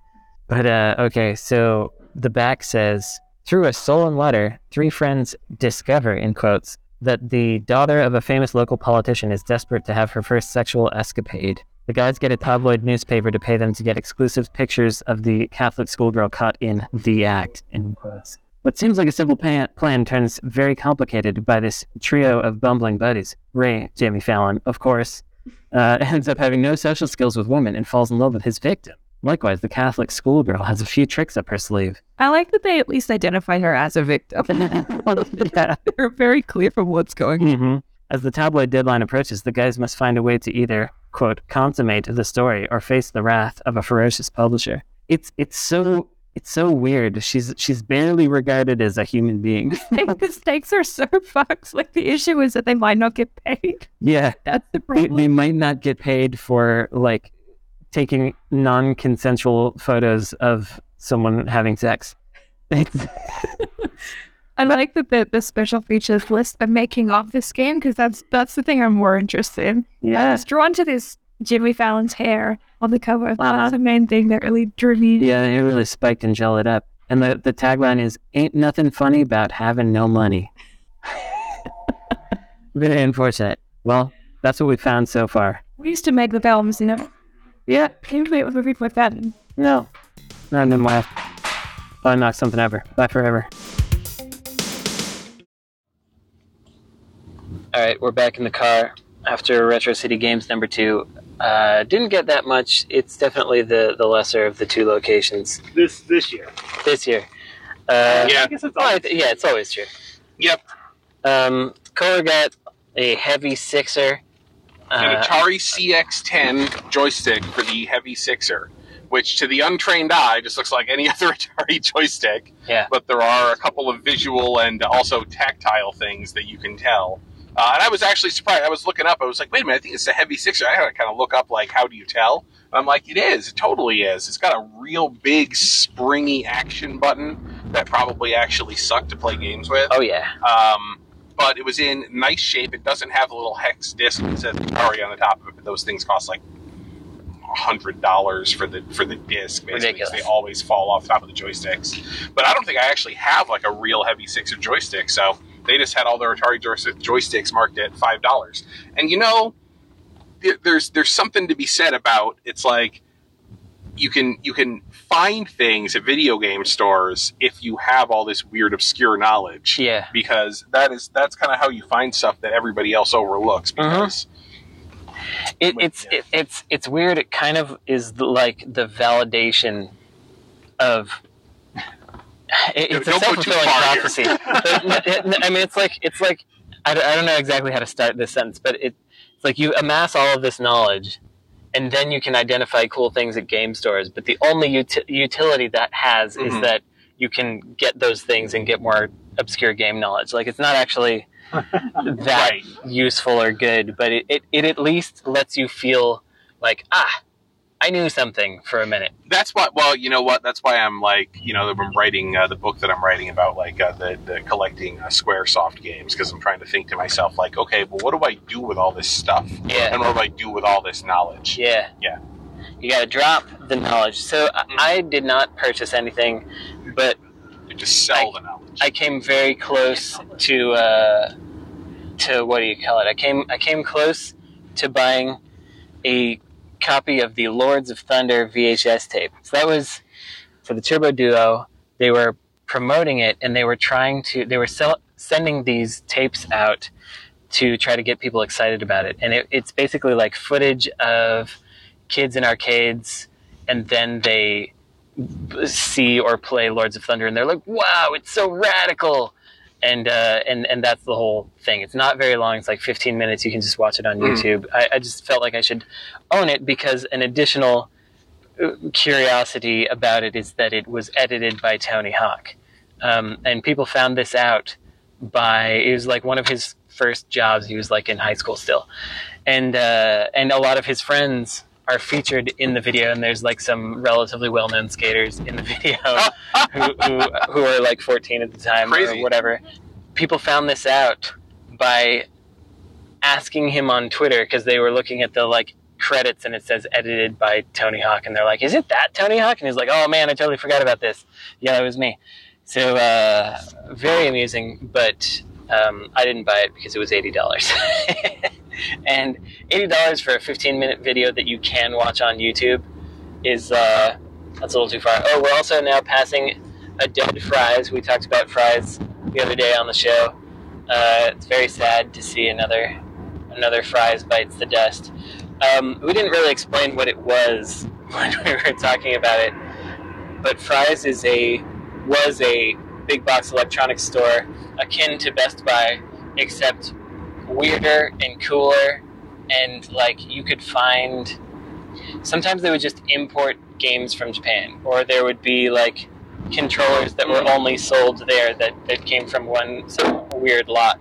Speaker 2: But uh, okay, so the back says, through a stolen letter, three friends discover, in quotes, that the daughter of a famous local politician is desperate to have her first sexual escapade. The guys get a tabloid newspaper to pay them to get exclusive pictures of the Catholic schoolgirl caught in the act. In quotes. What seems like a simple plan, plan turns very complicated by this trio of bumbling buddies. Ray, Jamie Fallon, of course, uh, ends up having no social skills with women and falls in love with his victim. Likewise, the Catholic schoolgirl has a few tricks up her sleeve.
Speaker 5: I like that they at least identify her as a victim.
Speaker 2: Yeah.
Speaker 5: They're very clear from what's going on.
Speaker 2: hmm As the tabloid deadline approaches, the guys must find a way to either, quote, consummate the story or face the wrath of a ferocious publisher. It's it's so it's so weird. She's she's barely regarded as a human being.
Speaker 5: the stakes are so fucked. Like the issue is that they might not get paid.
Speaker 2: yeah.
Speaker 5: That's the
Speaker 2: They,
Speaker 5: problem.
Speaker 2: they might not get paid for like taking non consensual photos of someone having sex. It's,
Speaker 5: I like that the, the special features list they're making of this game because that's that's the thing I'm more interested in. I
Speaker 2: yeah.
Speaker 5: was drawn to this Jimmy Fallon's hair on the cover. That's the main thing that really drew me.
Speaker 2: Yeah, it really spiked and gelled it up. And the, the tagline is Ain't nothing funny about having no money. Very unfortunate. Well, that's what we found so far.
Speaker 5: We used to make the films, you know.
Speaker 2: Yeah,
Speaker 5: Can we with people with that?
Speaker 2: no. Not in my I knocked something over. Bye forever.
Speaker 6: All right, we're back in the car after Retro City Games number two. Uh, didn't get that much. It's definitely the, the lesser of the two locations
Speaker 8: this this year.
Speaker 6: this year. Uh,
Speaker 3: Yeah.
Speaker 8: I guess it's
Speaker 6: well, I
Speaker 8: always,
Speaker 6: th- yeah, it's always true.
Speaker 3: Yep.
Speaker 6: Um, Kohler got a heavy sixer.
Speaker 3: An
Speaker 6: Uh,
Speaker 3: Atari CX10 joystick for the Heavy Sixer, which to the untrained eye just looks like any other Atari joystick.
Speaker 6: Yeah.
Speaker 3: But there are a couple of visual and also tactile things that you can tell. Uh, and I was actually surprised. I was looking up. I was like, wait a minute, I think it's a Heavy Sixer. I had to kind of look up, like, how do you tell? And I'm like, it is. It totally is. It's got a real big springy action button that probably actually sucked to play games with.
Speaker 6: oh, yeah.
Speaker 3: Um, but it was in nice shape. It doesn't have a little hex disc that says Atari on the top of it, but those things cost like hundred dollars for the for the disc basically 'cause
Speaker 6: Ridiculous.
Speaker 3: they always fall off top of the joysticks. But I don't think I actually have like a real heavy sixer joystick, so they just had all their Atari joystick- joysticks marked at five dollars. And you know, there- there's there's something to be said about it's like you can you can find things at video game stores if you have all this weird obscure knowledge
Speaker 6: Yeah.
Speaker 3: because that is that's kind of how you find stuff that everybody else overlooks because
Speaker 6: mm-hmm. It, it's it, it's it's weird. It kind of is the, like the validation of. It, it's a
Speaker 3: Don't go
Speaker 6: self
Speaker 3: too
Speaker 6: fulfilling
Speaker 3: far here.
Speaker 6: prophecy. But n- n- I mean, it's like it's like I don't, I don't know exactly how to start this sentence, but it, it's like you amass all of this knowledge, and then you can identify cool things at game stores. But the only uti- utility that has is
Speaker 3: Mhm.
Speaker 6: that you can get those things and get more obscure game knowledge. Like it's not actually that
Speaker 3: Right.
Speaker 6: useful or good, but it, it, it at least lets you feel like, ah, I knew something for a minute.
Speaker 3: that's why well you know what that's why i'm like you know i'm writing uh, the book that i'm writing about like uh, the, the collecting uh, squaresoft games because i'm trying to think to myself like okay well what do i do with all this stuff
Speaker 6: Yeah.
Speaker 3: and what do i do with all this knowledge
Speaker 6: Yeah.
Speaker 3: Yeah.
Speaker 6: You got to drop the knowledge. So I I did not purchase anything, but
Speaker 3: Mm-hmm. You just sell the knowledge
Speaker 6: I came very close to uh, to what do you call it? I came I came close to buying a copy of the Lords of Thunder VHS tape. So that was for the Turbo Duo. They were promoting it, and they were trying to they were sell, sending these tapes out to try to get people excited about it. And it, it's basically like footage of kids in arcades, and then they see or play Lords of Thunder, and they're like, "Wow, it's so radical!" and uh, and and that's the whole thing. It's not very long. It's like 15 minutes. You can just watch it on
Speaker 8: Mm.
Speaker 6: YouTube. I, I just felt like I should own it because an additional uh, curiosity about it is that it was edited by Tony Hawk, um, and people found this out by it was like one of his first jobs. He was like in high school still, and uh, and a lot of his friends are featured in the video. And there's like some relatively well-known skaters in the video who, who who are like 14 at the time
Speaker 8: Crazy.
Speaker 6: or whatever. People found this out by asking him on Twitter because they were looking at the like credits and it says edited by Tony Hawk and they're like, "Is it that Tony Hawk?" And he's like, "Oh man, I totally forgot about this. Yeah, it was me." So uh, very amusing, but um, I didn't buy it because it was eighty dollars. and eighty dollars for a fifteen-minute video that you can watch on YouTube is uh, that's a little too far. Oh, we're also now passing a dead fries. We talked about fries the other day on the show. Uh, it's very sad to see another another fries bites the dust. Um, we didn't really explain what it was when we were talking about it, but fries is a was a big box electronics store akin to Best Buy, except weirder and cooler, and like you could find. Sometimes they would just import games from Japan, or there would be like controllers that were only sold there that, that came from one some weird lot.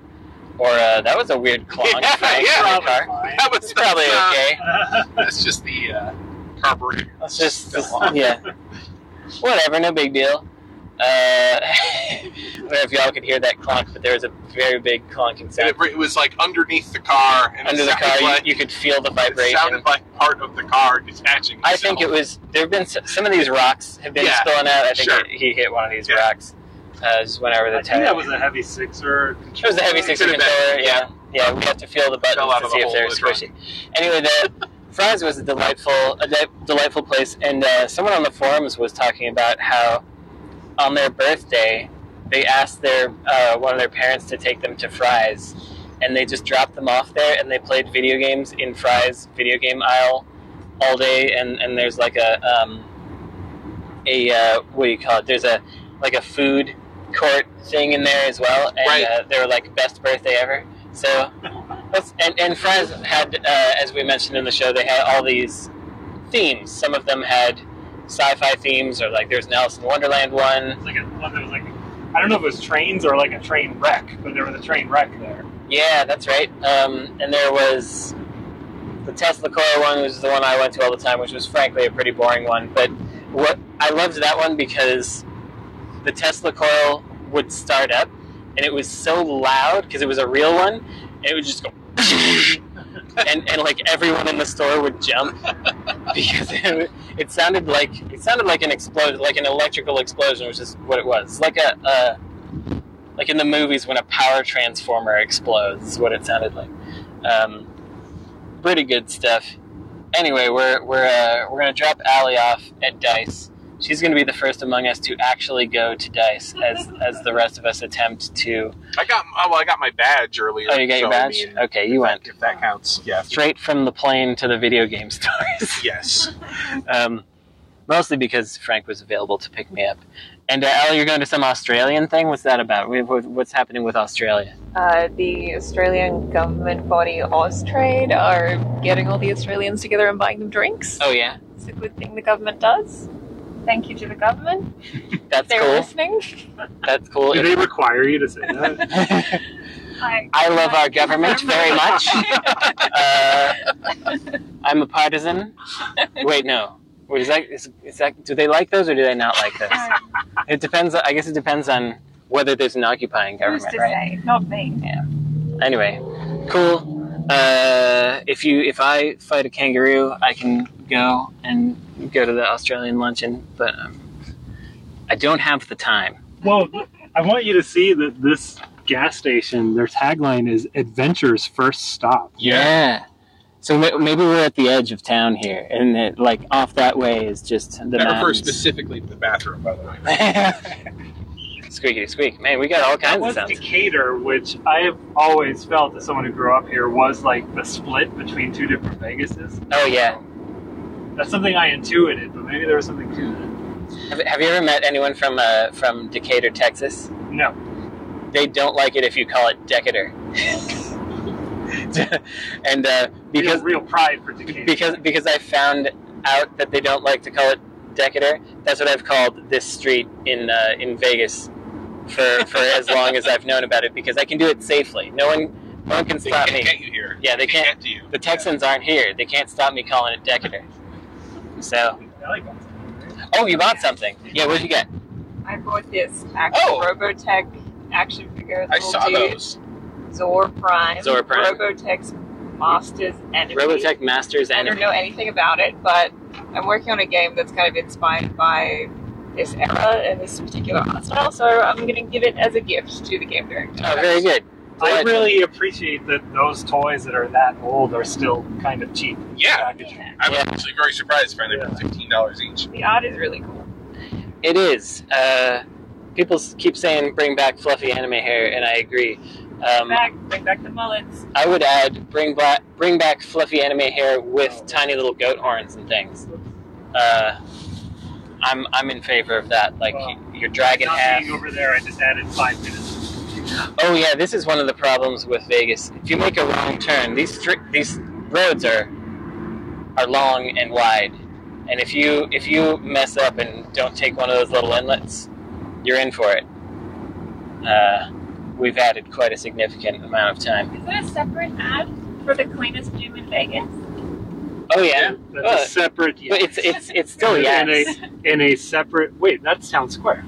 Speaker 6: Or uh, that was a weird clonk.
Speaker 8: Yeah,
Speaker 6: Frank,
Speaker 8: yeah.
Speaker 6: on the car.
Speaker 8: That was
Speaker 6: It's probably okay.
Speaker 8: That's just the uh, carburetor.
Speaker 6: It's just, yeah. Whatever, no big deal. Uh, I don't know if y'all could hear that clonk, but there was a very big clonking
Speaker 8: And
Speaker 6: sound
Speaker 8: it, it was like underneath the car, and
Speaker 6: under
Speaker 8: it
Speaker 6: the
Speaker 8: sounded
Speaker 6: car. You,
Speaker 8: Like,
Speaker 6: you could feel the
Speaker 8: it
Speaker 6: vibration.
Speaker 8: sounded like part of the car detaching.
Speaker 6: I
Speaker 8: itself.
Speaker 6: think it was. There have been s- some of these rocks have been
Speaker 8: Yeah,
Speaker 6: spilling out. I think
Speaker 8: sure.
Speaker 6: it- he hit one of these
Speaker 8: Yeah.
Speaker 6: rocks. Uh, just went over the
Speaker 7: I think
Speaker 6: tire.
Speaker 7: that was a heavy sixer.
Speaker 6: It was a heavy six
Speaker 8: Could've
Speaker 6: controller,
Speaker 8: been,
Speaker 6: yeah. Yeah, we have to feel the
Speaker 8: Fell
Speaker 6: buttons
Speaker 8: out
Speaker 6: to
Speaker 8: of the
Speaker 6: see if
Speaker 8: hole
Speaker 6: they're
Speaker 8: with Ron.
Speaker 6: squishy. Anyway, the Fries was a delightful, a de- delightful place, and uh, someone on the forums was talking about how on their birthday they asked their uh, one of their parents to take them to Fries, and they just dropped them off there, and they played video games in Fries video game aisle all day, and, and there's like a um, a uh, what do you call it? There's a like a food court thing in there as well, and
Speaker 8: Right.
Speaker 6: uh, they were like best birthday ever. So, that's, and and Fries had uh, as we mentioned in the show, they had all these themes. Some of them had sci-fi themes, or like there's an Alice in Wonderland one.
Speaker 7: It's like a one that was like I don't know if it was trains or like a train wreck, but there was a train wreck there.
Speaker 6: Yeah, that's right. Um, and there was the Tesla coil one, which is the one I went to all the time, which was frankly a pretty boring one. But what I loved that one because the Tesla coil would start up, and it was so loud because it was a real one, and it would just go. and, and like everyone in the store would jump because it, it sounded like it sounded like an explosion, like an electrical explosion, which is what it was. Like a, a like in the movies when a power transformer explodes is what it sounded like um, pretty good stuff anyway we're we're uh, we're gonna drop Allie off at dice she's gonna be the first among us to actually go to dice as as the rest of us attempt to
Speaker 8: I got. Oh, well, I got my badge earlier.
Speaker 6: oh you got your
Speaker 8: so, I
Speaker 6: badge
Speaker 8: mean,
Speaker 6: okay you went
Speaker 8: If that counts, yeah.
Speaker 6: straight from the plane to the video game stores
Speaker 8: Yes.
Speaker 6: um, mostly because Frank was available to pick me up and uh, Allie you're going to some Australian thing what's that about We- what- what's happening with Australia
Speaker 4: Uh, the Australian government body Austrade are getting all the Australians together and buying them drinks.
Speaker 6: oh yeah
Speaker 4: It's a good thing the government does. Thank you to the government.
Speaker 6: that's
Speaker 4: They're
Speaker 6: cool
Speaker 4: listening.
Speaker 6: that's cool
Speaker 7: Do they require you to say that?
Speaker 4: I,
Speaker 6: I love our government very much. Uh, I'm a partisan. Wait, no. Wait, is that, is, is that, do they like those or do they not like those? It depends. I guess it depends on whether there's an occupying
Speaker 4: Who's
Speaker 6: government,
Speaker 4: to
Speaker 6: right?
Speaker 4: say? Not me.
Speaker 6: Anyway, cool. Uh, if you if I fight a kangaroo, I can go and go to the Australian luncheon, but um, I don't have the time.
Speaker 7: well, I want you to see that this gas station, their tagline is "Adventure's First Stop."
Speaker 6: Yeah. So ma- maybe we're at the edge of town here, and it, like off that way is just the
Speaker 8: that refers
Speaker 6: mountains.
Speaker 8: specifically to the bathroom, by the way.
Speaker 6: Squeaky squeak. Man, we got all
Speaker 7: That
Speaker 6: kinds of
Speaker 7: was
Speaker 6: sounds.
Speaker 7: Decatur, which I have always felt as someone who grew up here was like the split between two different Vegases.
Speaker 6: Oh, yeah.
Speaker 7: That's something I intuited, but maybe there was something to it.
Speaker 6: Have, have you ever met anyone from uh, from Decatur, Texas?
Speaker 7: No.
Speaker 6: they don't like it if you call it Decatur. and uh, because
Speaker 7: Because real pride for Decatur.
Speaker 6: because because I found out that they don't like to call it Decatur. That's what I've called this street in uh, in Vegas for for as long as I've known about it because I can do it safely. No one no one can
Speaker 8: They
Speaker 6: stop
Speaker 8: can't
Speaker 6: me.
Speaker 8: get you here.
Speaker 6: Yeah, they can't.
Speaker 8: get to you.
Speaker 6: The Texans aren't here. They can't stop me calling it Decatur. So, oh, you bought something? Yeah, what'd you get?
Speaker 5: I bought this action
Speaker 8: Oh.
Speaker 5: Robotech action figure.
Speaker 8: I
Speaker 5: little
Speaker 8: saw
Speaker 5: dude,
Speaker 8: those.
Speaker 5: Zor Prime.
Speaker 6: Zor Prime.
Speaker 5: Robotech's Master's Enemy.
Speaker 6: Robotech Masters
Speaker 5: I don't
Speaker 6: Enemy.
Speaker 5: know anything about it, but I'm working on a game that's kind of inspired by this era and this particular art style, so I'm going to give it as a gift to the game director.
Speaker 6: Oh, very good.
Speaker 7: I
Speaker 6: Delightful.
Speaker 7: really appreciate that those toys that are that old are still kind of cheap.
Speaker 8: Yeah,
Speaker 7: Packaging.
Speaker 8: I was
Speaker 6: Yeah.
Speaker 8: actually very surprised to find they were fifteen dollars each.
Speaker 5: The art is really cool.
Speaker 6: It is. Uh, people s- keep saying bring back fluffy anime hair, and I agree. Um,
Speaker 5: Back, bring back the mullets.
Speaker 6: I would add bring back bring back fluffy anime hair with tiny little goat horns and things. Uh, I'm I'm in favor of that. Like
Speaker 7: Wow.
Speaker 6: your dragon
Speaker 7: Not
Speaker 6: half.
Speaker 7: being over there, I just added five minutes.
Speaker 6: Oh yeah, this is one of the problems with Vegas. If you make a wrong turn, these stri- these roads are are long and wide, and if you if you mess up and don't take one of those little inlets, you're in for it. Uh, we've added quite a significant amount of time.
Speaker 5: Is that a separate ad for the cleanest gym in Vegas?
Speaker 6: Oh yeah,
Speaker 7: That's
Speaker 6: Uh,
Speaker 7: a separate.
Speaker 6: but it's it's it's still
Speaker 7: in a,
Speaker 6: yes.
Speaker 7: in a separate. Wait, that's Town Square.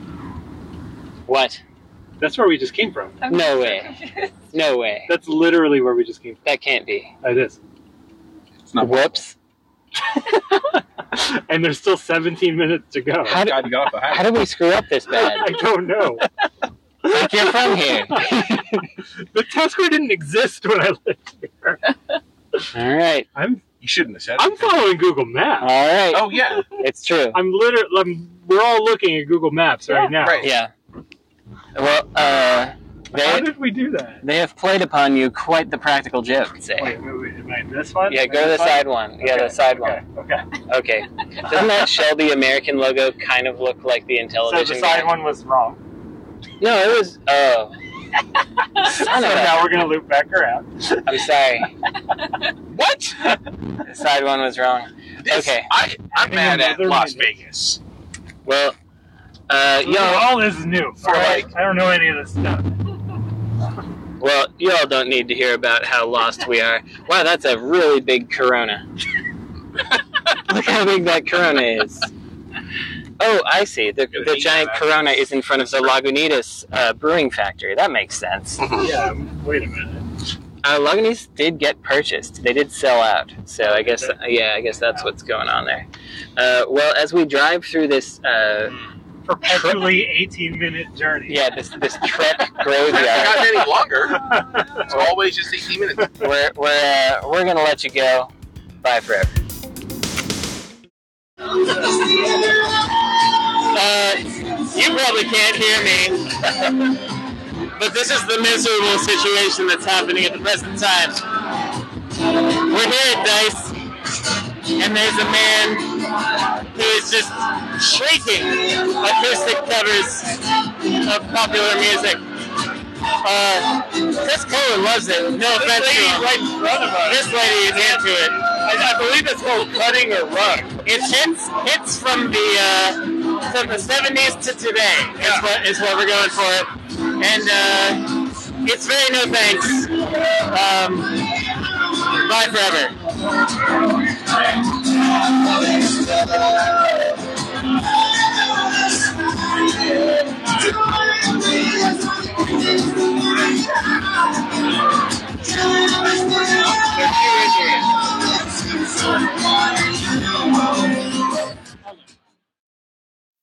Speaker 6: What?
Speaker 7: That's where we just came from.
Speaker 5: I'm
Speaker 6: No
Speaker 5: so
Speaker 6: way.
Speaker 5: confused.
Speaker 6: No way.
Speaker 7: That's literally where we just came
Speaker 6: That can't be.
Speaker 7: from. It is.
Speaker 8: It's not
Speaker 6: Whoops.
Speaker 7: and there's still 17 minutes to go.
Speaker 6: How do,
Speaker 8: God, you got off the
Speaker 6: how
Speaker 8: highway.
Speaker 6: do we screw up this bad?
Speaker 7: I don't know.
Speaker 6: Like you're from here.
Speaker 7: The Town Square didn't exist when I lived here.
Speaker 6: All right.
Speaker 7: I'm
Speaker 8: You shouldn't have said.
Speaker 7: I'm
Speaker 8: anything.
Speaker 7: following Google
Speaker 6: All
Speaker 7: Maps.
Speaker 6: right.
Speaker 8: Oh yeah,
Speaker 6: It's true.
Speaker 7: I'm literally. I'm, we're all looking at Google Maps right now.
Speaker 8: right.
Speaker 6: Yeah. Well, uh,
Speaker 7: How
Speaker 6: they
Speaker 7: did we do that? Oh,
Speaker 6: they have played upon you quite the practical eh? joke. I'd Say.
Speaker 7: Wait, wait, wait. Am I this one?
Speaker 6: Yeah,
Speaker 7: Am I
Speaker 6: go to the
Speaker 7: this one?
Speaker 6: side one. Yeah, the
Speaker 7: Okay,
Speaker 6: side
Speaker 7: okay,
Speaker 6: one.
Speaker 7: Okay.
Speaker 6: Okay. Doesn't that Shelby American logo kind of look like the
Speaker 7: So
Speaker 6: Intellivision?
Speaker 7: the side
Speaker 6: guy?
Speaker 7: one was wrong.
Speaker 6: No, it was. Oh.
Speaker 7: So
Speaker 6: Son of a-
Speaker 7: now we're gonna loop back around.
Speaker 6: I'm sorry.
Speaker 8: What?
Speaker 6: The side one was wrong.
Speaker 8: This,
Speaker 6: Okay.
Speaker 8: I, I'm
Speaker 7: Adding
Speaker 8: mad at
Speaker 7: another
Speaker 8: Las
Speaker 7: minute.
Speaker 8: Vegas.
Speaker 6: Well, uh, y'all.
Speaker 7: all this is new. For
Speaker 6: Alright.
Speaker 7: like, I don't know any of this stuff.
Speaker 6: Well, y'all don't need to hear about how lost we are. Wow, that's a really big Corona. Look how big that Corona is. Oh, I see. The, the giant Corona is in front of the Lagunitas uh, Brewing Factory. That makes sense.
Speaker 7: yeah. Wait a minute.
Speaker 6: Uh, Lagunitas did get purchased. They did sell out. So I guess, yeah, I guess that's what's going on there. Uh, well, as we drive through this, uh,
Speaker 7: Perpetually 18 minute journey.
Speaker 6: yeah, this this Trek
Speaker 8: It hasn't
Speaker 6: graveyard.
Speaker 8: gotten any longer. It's always just 18 minutes.
Speaker 6: we're we're uh, we're gonna let you go. Bye forever. Uh, you probably can't hear me, but this is the miserable situation that's happening at the present time. We're here at Dice, and there's a man who is just shrieking acoustic covers of popular music. Uh, Chris Cohen loves it. No offense to him. Right in front of us. This lady is into it. I, I believe it's called cutting or rug. It's hits hits from the uh, from the seventies to today. Is what is what we're going for. And uh, it's very no thanks. Um, bye forever.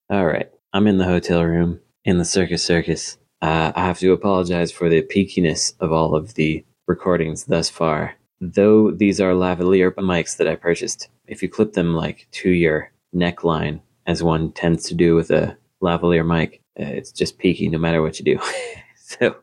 Speaker 9: All right. I'm in the hotel room in the Circus Circus. Uh, I have to apologize for the peakiness of all of the recordings thus far. Though these are lavalier mics that I purchased, if you clip them like to your neckline, as one tends to do with a lavalier mic, uh, it's just peaky no matter what you do. so,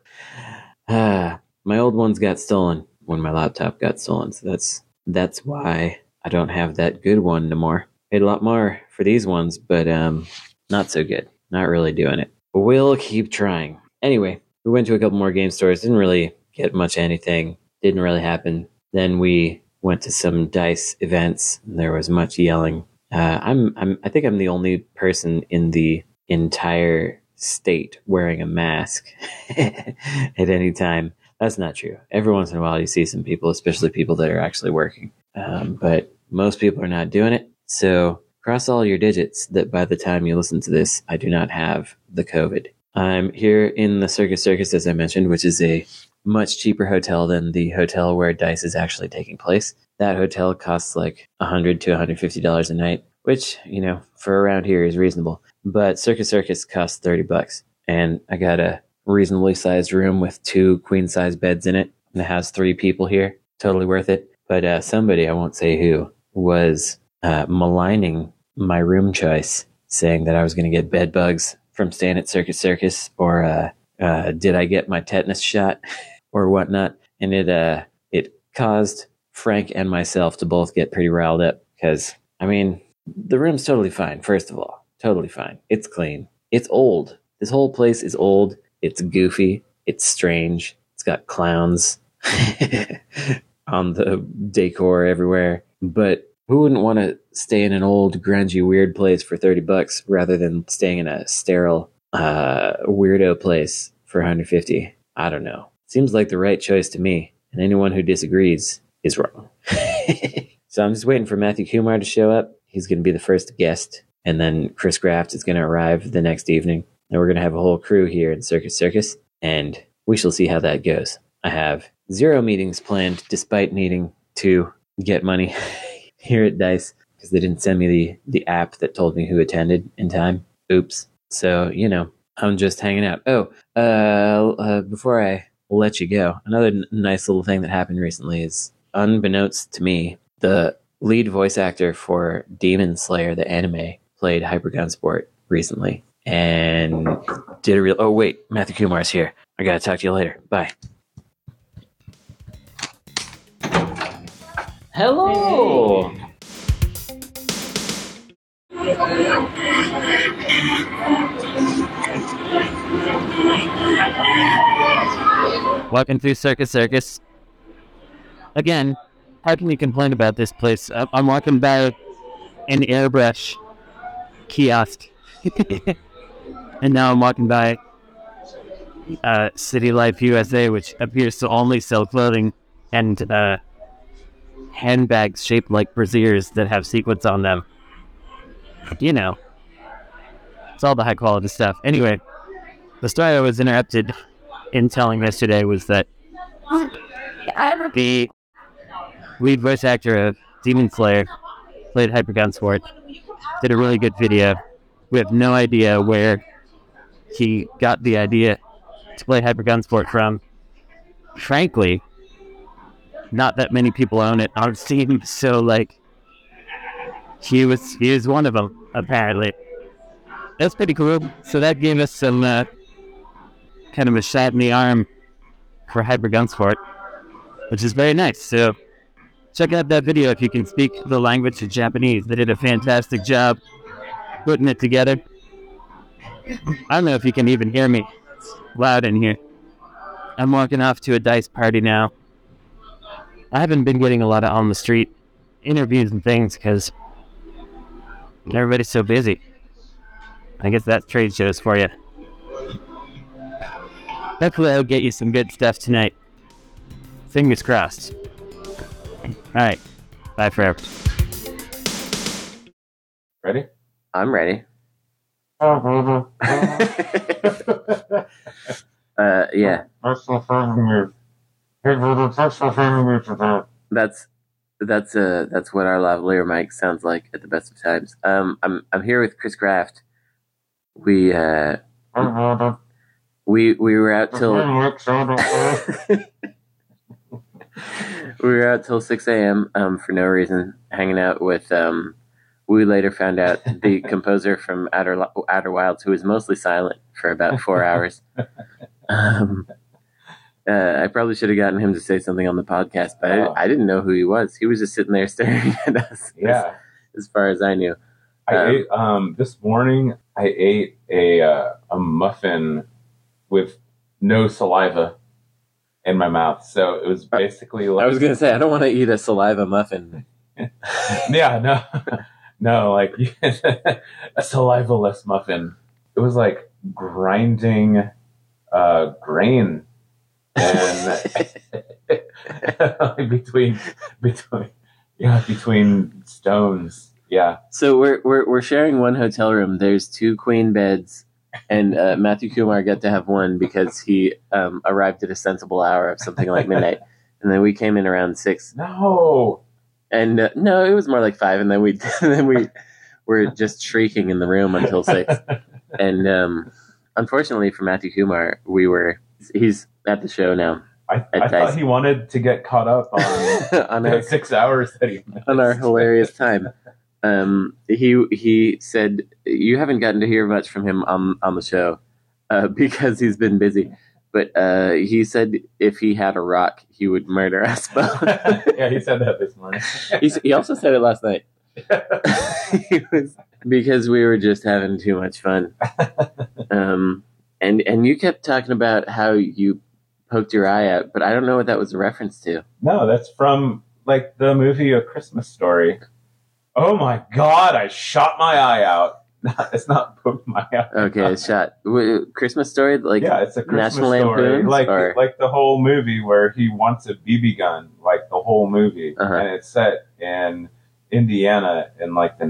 Speaker 9: uh, my old ones got stolen when my laptop got stolen. So that's that's why I don't have that good one no more. Paid a lot more for these ones, but um, not so good. Not really doing it. But we'll keep trying. Anyway, we went to a couple more game stores, didn't really get much of anything, didn't really happen. Then we went to some dice events. There was much yelling. Uh, I'm, I'm, I think I'm the only person in the entire state wearing a mask at any time. That's not true. Every once in a while, you see some people, especially people that are actually working. Um, but most people are not doing it. So cross all your digits that by the time you listen to this, I do not have the COVID. I'm here in the Circus Circus, as I mentioned, which is a much cheaper hotel than the hotel where Dice is actually taking place. That hotel costs like 100 to 150 dollars a night, which you know for around here is reasonable. But Circus Circus costs 30 bucks, and I got a reasonably sized room with two queen size beds in it, and it has three people here. Totally worth it. But uh, somebody, I won't say who, was uh, maligning my room choice, saying that I was going to get bed bugs from staying at Circus Circus, or uh, uh, did I get my tetanus shot, or whatnot. And it uh, it caused Frank and myself to both get pretty riled up because I mean the room's totally fine. First of all, totally fine. It's clean. It's old. This whole place is old. It's goofy. It's strange. It's got clowns on the decor everywhere. But who wouldn't want to stay in an old, grungy, weird place for 30 bucks rather than staying in a sterile, uh, weirdo place for 150? I don't know. Seems like the right choice to me. And anyone who disagrees is wrong. so I'm just waiting for Matthew Kumar to show up. He's going to be the first guest. And then Chris Graft is going to arrive the next evening. And we're going to have a whole crew here in Circus Circus. And we shall see how that goes. I have zero meetings planned despite needing to get money here at Dice because they didn't send me the, the app that told me who attended in time. Oops. So, you know, I'm just hanging out. Oh, uh, uh, before I let you go, another n- nice little thing that happened recently is unbeknownst to me, the lead voice actor for Demon Slayer, the anime, played Hyper Gunsport recently and did a real. Oh, wait, Matthew Kumar's here. I got to talk to you later. Bye. Hello.
Speaker 2: Walking through Circus Circus. Again, how can you complain about this place? I- I'm walking by an airbrush kiosk. and now I'm walking by uh, City Life USA, which appears to only sell clothing and uh, handbags shaped like brassieres that have sequins on them. You know, it's all the high quality stuff. Anyway, the story I was interrupted in telling yesterday was that the lead voice actor of Demon Slayer played Hypergun Sport, did a really good video. We have no idea where he got the idea to play Hypergun Sport from. Frankly, not that many people own it on Steam, so like he was he was one of them apparently. That's pretty cool. So that gave us some uh, kind of a shot in the arm for Hyper Gunsport, which is very nice. So check out that video if you can speak the language of Japanese. They did a fantastic job putting it together. I don't know if you can even hear me loud in here. I'm walking off to a dice party now. I haven't been getting a lot of on the street interviews and things because everybody's so busy. I guess that's trade shows for you. Hopefully, I'll get you some good stuff tonight. Fingers crossed. All right. Bye forever.
Speaker 9: Ready? I'm ready. Uh, yeah,
Speaker 10: That's the thing with people. That's the thing with that.
Speaker 9: that's that's uh that's what our lavalier mic sounds like at the best of times. Um, I'm I'm here with Chris Graft. We uh
Speaker 10: I
Speaker 9: we we were out
Speaker 10: the
Speaker 9: till.
Speaker 10: thing looks out of there.
Speaker 9: we were out till 6 a.m. Um, for no reason, hanging out with. Um, we later found out the composer from Outer Lo- Outer Wilds, who was mostly silent for about four hours. Um, uh, I probably should have gotten him to say something on the podcast, but
Speaker 10: Oh.
Speaker 9: I, I didn't know who he was. He was just sitting there staring at us.
Speaker 10: Yeah,
Speaker 9: As, as far as I knew.
Speaker 10: I
Speaker 9: Um,
Speaker 10: ate um this morning. I ate a uh, a muffin with
Speaker 11: no saliva in my mouth. So it was basically like
Speaker 9: Uh, I was gonna say I don't want to eat a saliva muffin.
Speaker 11: yeah, no, no, like a saliva-less muffin. It was like grinding uh, grain, and like between between yeah between stones. Yeah,
Speaker 9: So we're we're we're sharing one hotel room. There's two queen beds, and uh, Matthew Kumar got to have one because he um, arrived at a sensible hour of something like midnight, and then we came in around six.
Speaker 11: No,
Speaker 9: and uh, no, it was more like five, and then we then we were just shrieking in the room until six, and um, unfortunately for Matthew Kumar, we were he's at the show now
Speaker 11: I,
Speaker 9: At
Speaker 11: I
Speaker 9: Dice.
Speaker 11: thought he wanted to get caught up on
Speaker 9: on
Speaker 11: the
Speaker 9: our
Speaker 11: six hours that he
Speaker 9: on our hilarious time. Um, he he said you haven't gotten to hear much from him on on the show uh, because he's been busy. But uh, he said if he had a rock, he would murder us both.
Speaker 11: yeah, he said that this morning.
Speaker 9: he, s- he also said it last night. He was- because we were just having too much fun. Um, and and you kept talking about how you poked your eye out, but I don't know what that was a reference to.
Speaker 11: No, that's from like the movie A Christmas Story. Oh my god, I shot my eye out. it's not poked my eye.
Speaker 9: Okay, shot. W- Christmas story, like
Speaker 11: yeah, it's a Christmas
Speaker 9: National
Speaker 11: story.
Speaker 9: Lampoon's,
Speaker 11: like
Speaker 9: or-
Speaker 11: like the whole movie where he wants a BB gun, like the whole movie,
Speaker 9: Uh-huh.
Speaker 11: and it's set in Indiana in like the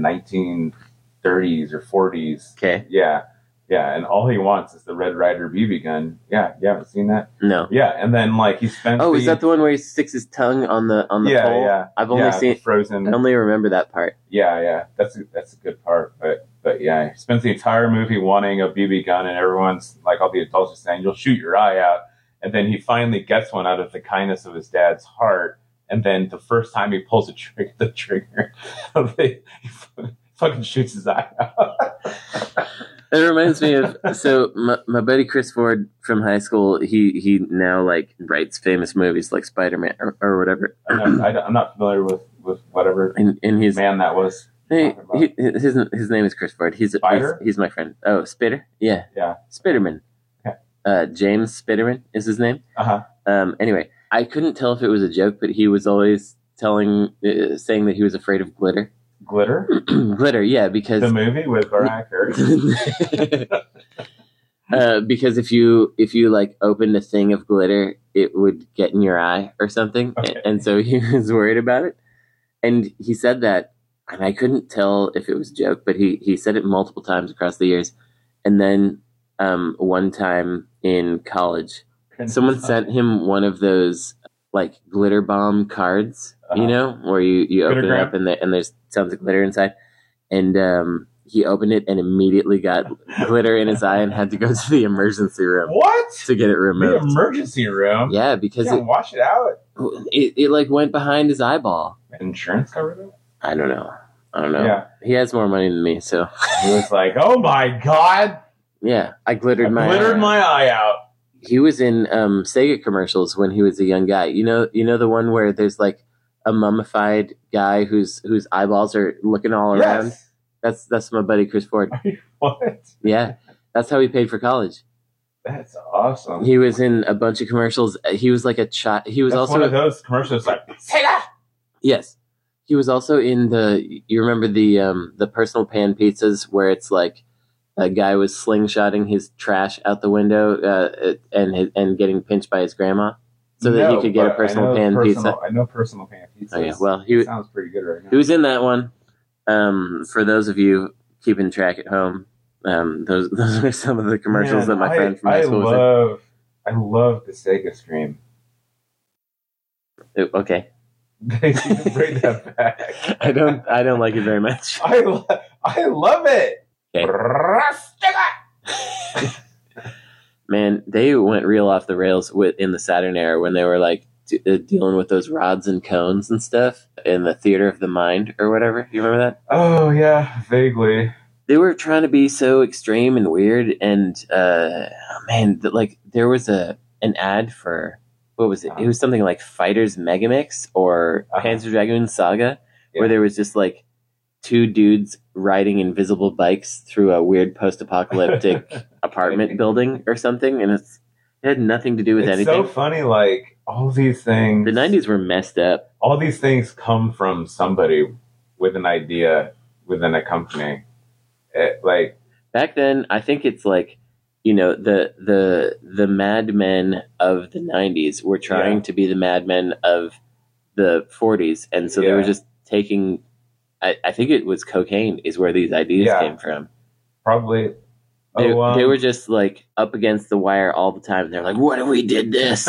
Speaker 11: 1930s or 40s.
Speaker 9: Okay.
Speaker 11: Yeah, yeah, and all he wants is the Red Rider BB gun. Yeah, you haven't seen that?
Speaker 9: No.
Speaker 11: Yeah, and then like he spends.
Speaker 9: Oh,
Speaker 11: the,
Speaker 9: is that the one where he sticks his tongue on the on the
Speaker 11: yeah,
Speaker 9: pole?
Speaker 11: yeah.
Speaker 9: I've only
Speaker 11: yeah, the
Speaker 9: seen.
Speaker 11: Frozen.
Speaker 9: I only remember that part.
Speaker 11: Yeah, yeah, that's a, that's a good part. But but yeah, he spends the entire movie wanting a BB gun, and everyone's like, all the adults are saying, "You'll shoot your eye out." And then he finally gets one out of the kindness of his dad's heart. And then the first time he pulls a trigger, the trigger, he fucking shoots his eye out.
Speaker 9: It reminds me of so my, my buddy Chris Ford from high school. He he now like writes famous movies like Spider Man or, or whatever.
Speaker 11: I don't- I don't- I'm not familiar with with whatever
Speaker 9: And and he's
Speaker 11: man that was.
Speaker 9: hey, he, his his name is Chris Ford. He's, he's
Speaker 11: Spider?
Speaker 9: he's my friend. Oh, Spitter, yeah,
Speaker 11: Yeah.
Speaker 9: Spiderman. Uh, James Spiderman is his name.
Speaker 11: Uh huh.
Speaker 9: Um, anyway, I couldn't tell if it was a joke, but he was always telling, uh, saying that he was afraid of glitter.
Speaker 11: Glitter,
Speaker 9: glitter, yeah, because
Speaker 11: the movie with Mariah Carey.
Speaker 9: uh, because if you if you like opened a thing of glitter, it would get in your eye or something, A-
Speaker 11: Okay.
Speaker 9: and, so he was worried about it. And he said that, and I couldn't tell if it was a joke, but he he said it multiple times across the years, and then um, one time in college, someone sent him one of those like glitter bomb cards,
Speaker 11: Uh-huh.
Speaker 9: you know, where you you open it
Speaker 11: Glittergram?
Speaker 9: up and there, and there's tons of glitter inside, and um, he opened it and immediately got glitter in his eye and had to go to the emergency room
Speaker 11: What?
Speaker 9: to get it
Speaker 11: The
Speaker 9: removed.
Speaker 11: emergency room.
Speaker 9: yeah, because
Speaker 11: Yeah,
Speaker 9: it,
Speaker 11: wash it out.
Speaker 9: it it like went behind his eyeball.
Speaker 11: Insurance covered it.
Speaker 9: I don't know. I don't know.
Speaker 11: Yeah.
Speaker 9: He has more money than me, so
Speaker 11: He was like, "Oh my god,
Speaker 9: yeah, I glittered
Speaker 11: I
Speaker 9: my
Speaker 11: glittered
Speaker 9: eye.
Speaker 11: my eye out."
Speaker 9: he was in um, Sega commercials when he was a young guy. You know, you know the one where there's like a mummified guy whose whose eyeballs are looking all around.
Speaker 11: Yes.
Speaker 9: That's that's my buddy Chris Ford.
Speaker 11: What?
Speaker 9: Yeah, that's how he paid for college.
Speaker 11: That's awesome.
Speaker 9: He was in a bunch of commercials. He was like a child. He was
Speaker 11: That's
Speaker 9: also
Speaker 11: one of those commercials like Sega.
Speaker 9: yes, he was also in the. You remember the um, the personal pan pizzas where it's like a guy was slingshotting his trash out the window uh, and and getting pinched by his grandma so that he
Speaker 11: No,
Speaker 9: could get a
Speaker 11: but I
Speaker 9: personal
Speaker 11: know
Speaker 9: pan
Speaker 11: personal-
Speaker 9: pizza.
Speaker 11: I know personal pan pizza.
Speaker 9: Oh, yeah. Well, he-
Speaker 11: sounds pretty good right now.
Speaker 9: Who's in that one? Um, for those of you keeping track at home, um, those those are some of the commercials that
Speaker 11: Man,
Speaker 9: my
Speaker 11: I-
Speaker 9: friend from high school
Speaker 11: I
Speaker 9: was
Speaker 11: love, I love the Sega stream.
Speaker 9: in. Ooh, okay,
Speaker 11: Bring that back.
Speaker 9: I don't I don't like it very much.
Speaker 11: I, lo- I love it.
Speaker 9: Okay.
Speaker 11: Sega.
Speaker 9: Man, they went real off the rails with in the Saturn era when they were like d- uh, dealing with those rods and cones and stuff in the theater of the mind or whatever. You remember that?
Speaker 11: Oh yeah, vaguely.
Speaker 9: They were trying to be so extreme and weird, and uh, man, th- like there was a an ad for what was it? It was something like Fighters Megamix or
Speaker 11: Uh-huh.
Speaker 9: Panzer Dragoon Saga,
Speaker 11: Yeah.
Speaker 9: where there was just like two dudes riding invisible bikes through a weird post-apocalyptic apartment building or something, and it's It had nothing to do with
Speaker 11: it's
Speaker 9: anything.
Speaker 11: so funny. Like all these things,
Speaker 9: the '90s were messed up.
Speaker 11: all these things come from somebody with an idea within a company. It, like
Speaker 9: Back then, I think it's like, you know, the the the madmen of the '90s were trying
Speaker 11: Yeah.
Speaker 9: to be the madmen of the '40s, and so they were
Speaker 11: Yeah.
Speaker 9: just taking. I, I think it was cocaine is where these ideas
Speaker 11: Yeah.
Speaker 9: came from.
Speaker 11: probably,
Speaker 9: They,
Speaker 11: oh, um,
Speaker 9: they were just like up against the wire all the time. They're like, "What if we did this?"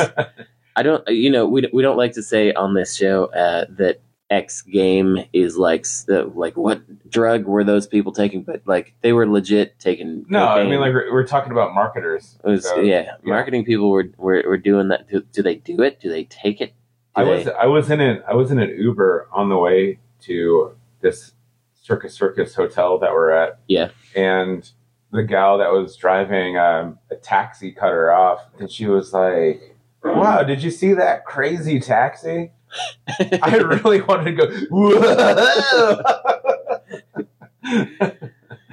Speaker 9: I don't, you know, we, we don't like to say on this show uh, that X game is like s- uh, like what drug were those people taking, but like they were legit taking.
Speaker 11: no, I
Speaker 9: cocaine.
Speaker 11: mean, like we're, we're talking about marketers.
Speaker 9: it was,
Speaker 11: so-
Speaker 9: yeah, marketing people were, were were doing that. Do, do they do it? Do they take it? Do
Speaker 11: I
Speaker 9: they-
Speaker 11: was uh, I was in an I was in an Uber on the way to this Circus Circus hotel that we're at.
Speaker 9: Yeah.
Speaker 11: And the gal that was driving um, a taxi cut her off, and she was like, "Wow, did you see that crazy taxi?" I really wanted to go. Whoa!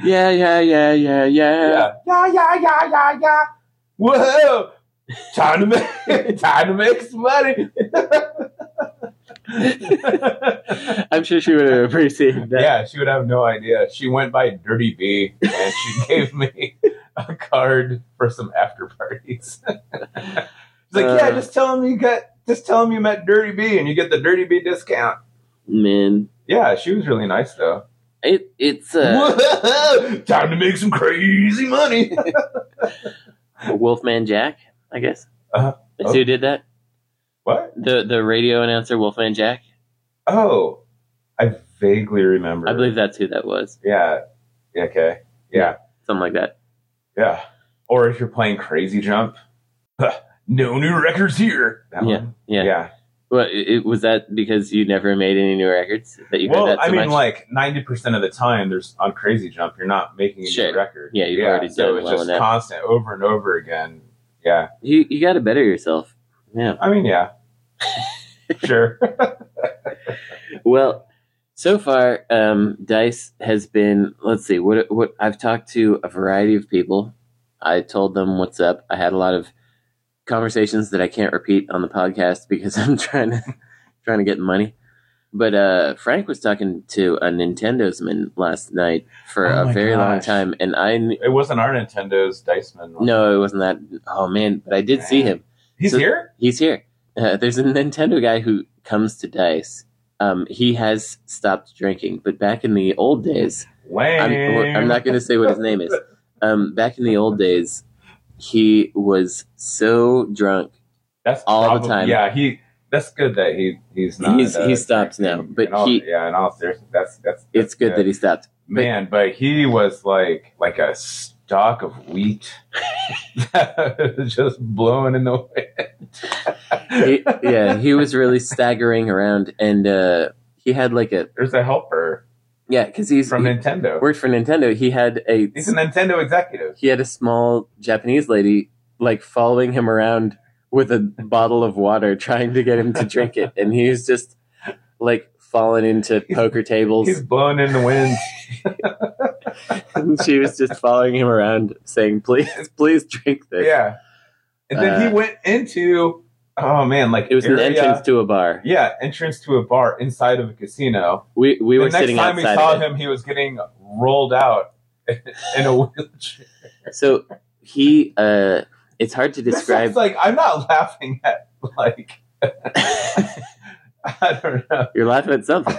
Speaker 9: yeah, yeah, yeah, yeah, yeah,
Speaker 11: yeah, yeah, yeah, yeah, yeah, yeah. Whoa! Time to make time to make some money.
Speaker 9: I'm sure she would have appreciated that.
Speaker 11: Yeah, she would have no idea. She went by Dirty B and she gave me a card for some after parties. She's like, yeah,
Speaker 9: Uh.
Speaker 11: just tell him you got, just tell him you met Dirty B and you get the Dirty B discount.
Speaker 9: Man,
Speaker 11: Yeah, she was really nice though.
Speaker 9: it it's uh,
Speaker 11: Whoa, time to make some crazy money.
Speaker 9: Wolfman Jack, I guess.
Speaker 11: Uh,
Speaker 9: That's who did that.
Speaker 11: what?
Speaker 9: The the radio announcer Wolfman Jack.
Speaker 11: Oh, I vaguely remember.
Speaker 9: I believe that's who that was.
Speaker 11: Yeah. Yeah, Okay. Yeah.
Speaker 9: Something like that.
Speaker 11: Yeah. Or if you're playing Crazy Jump, huh, no new records here. That
Speaker 9: Yeah.
Speaker 11: one.
Speaker 9: Yeah.
Speaker 11: Yeah.
Speaker 9: Well, it, it- was that because you never made any new records that you
Speaker 11: well,
Speaker 9: heard that so
Speaker 11: I mean,
Speaker 9: much?
Speaker 11: like ninety percent of the time, there's on Crazy Jump, you're not making a
Speaker 9: Sure.
Speaker 11: new record.
Speaker 9: Yeah, you've already
Speaker 11: so
Speaker 9: done
Speaker 11: it's
Speaker 9: well
Speaker 11: just
Speaker 9: enough.
Speaker 11: constant over and over again. Yeah,
Speaker 9: you you got to better yourself. Yeah.
Speaker 11: I mean, yeah, sure.
Speaker 9: Well, so far, um, Dice has been. Let's see. What what I've talked to a variety of people. I told them what's up. I had a lot of conversations that I can't repeat on the podcast because I'm trying to trying to get money. But uh, Frank was talking to a Nintendo's man last night for
Speaker 11: Oh
Speaker 9: a
Speaker 11: my
Speaker 9: very long
Speaker 11: gosh.
Speaker 9: time, and I kn-
Speaker 11: It wasn't our Nintendo's Diceman. was it?
Speaker 9: No, it wasn't that. Oh man, but I did see him.
Speaker 11: he's
Speaker 9: so-
Speaker 11: here.
Speaker 9: He's here. Uh, there's a Nintendo guy who comes to Dice. Um, he has stopped drinking, but back in the old days, I'm,
Speaker 11: Lame.
Speaker 9: I'm not going to say what his name is. Um, back in the old days, he was so drunk.
Speaker 11: That's
Speaker 9: all the
Speaker 11: probably-
Speaker 9: time.
Speaker 11: Yeah, he. That's good that he he's not.
Speaker 9: He's- he stopped now,
Speaker 11: drinking.
Speaker 9: but
Speaker 11: In all-
Speaker 9: he-
Speaker 11: yeah, in all seriousness, that's that's.
Speaker 9: It's good that he stopped.
Speaker 11: Man, but he was like like a stalk of wheat that was just blowing in the wind.
Speaker 9: He, yeah, he was really staggering around, and uh, he had like a
Speaker 11: There's a helper
Speaker 9: yeah, because he's
Speaker 11: from
Speaker 9: he
Speaker 11: Nintendo.
Speaker 9: worked for Nintendo. He had a
Speaker 11: He's a Nintendo executive.
Speaker 9: he had a small Japanese lady like following him around with a bottle of water, trying to get him to drink it, and he was just like falling into poker tables.
Speaker 11: He's blowing in the wind.
Speaker 9: And she was just following him around, saying, "Please, please drink this."
Speaker 11: yeah. And then
Speaker 9: Uh,
Speaker 11: he went into oh man, like
Speaker 9: It was an
Speaker 11: area-
Speaker 9: entrance to a bar.
Speaker 11: Yeah, entrance to a bar inside of a casino.
Speaker 9: We we were
Speaker 11: the next
Speaker 9: sitting
Speaker 11: time we
Speaker 9: outside.
Speaker 11: saw
Speaker 9: of it.
Speaker 11: him, he was getting rolled out in a wheelchair.
Speaker 9: So he, uh, it's hard to describe.
Speaker 11: It's like I'm not laughing at like I don't know.
Speaker 9: You're laughing at something.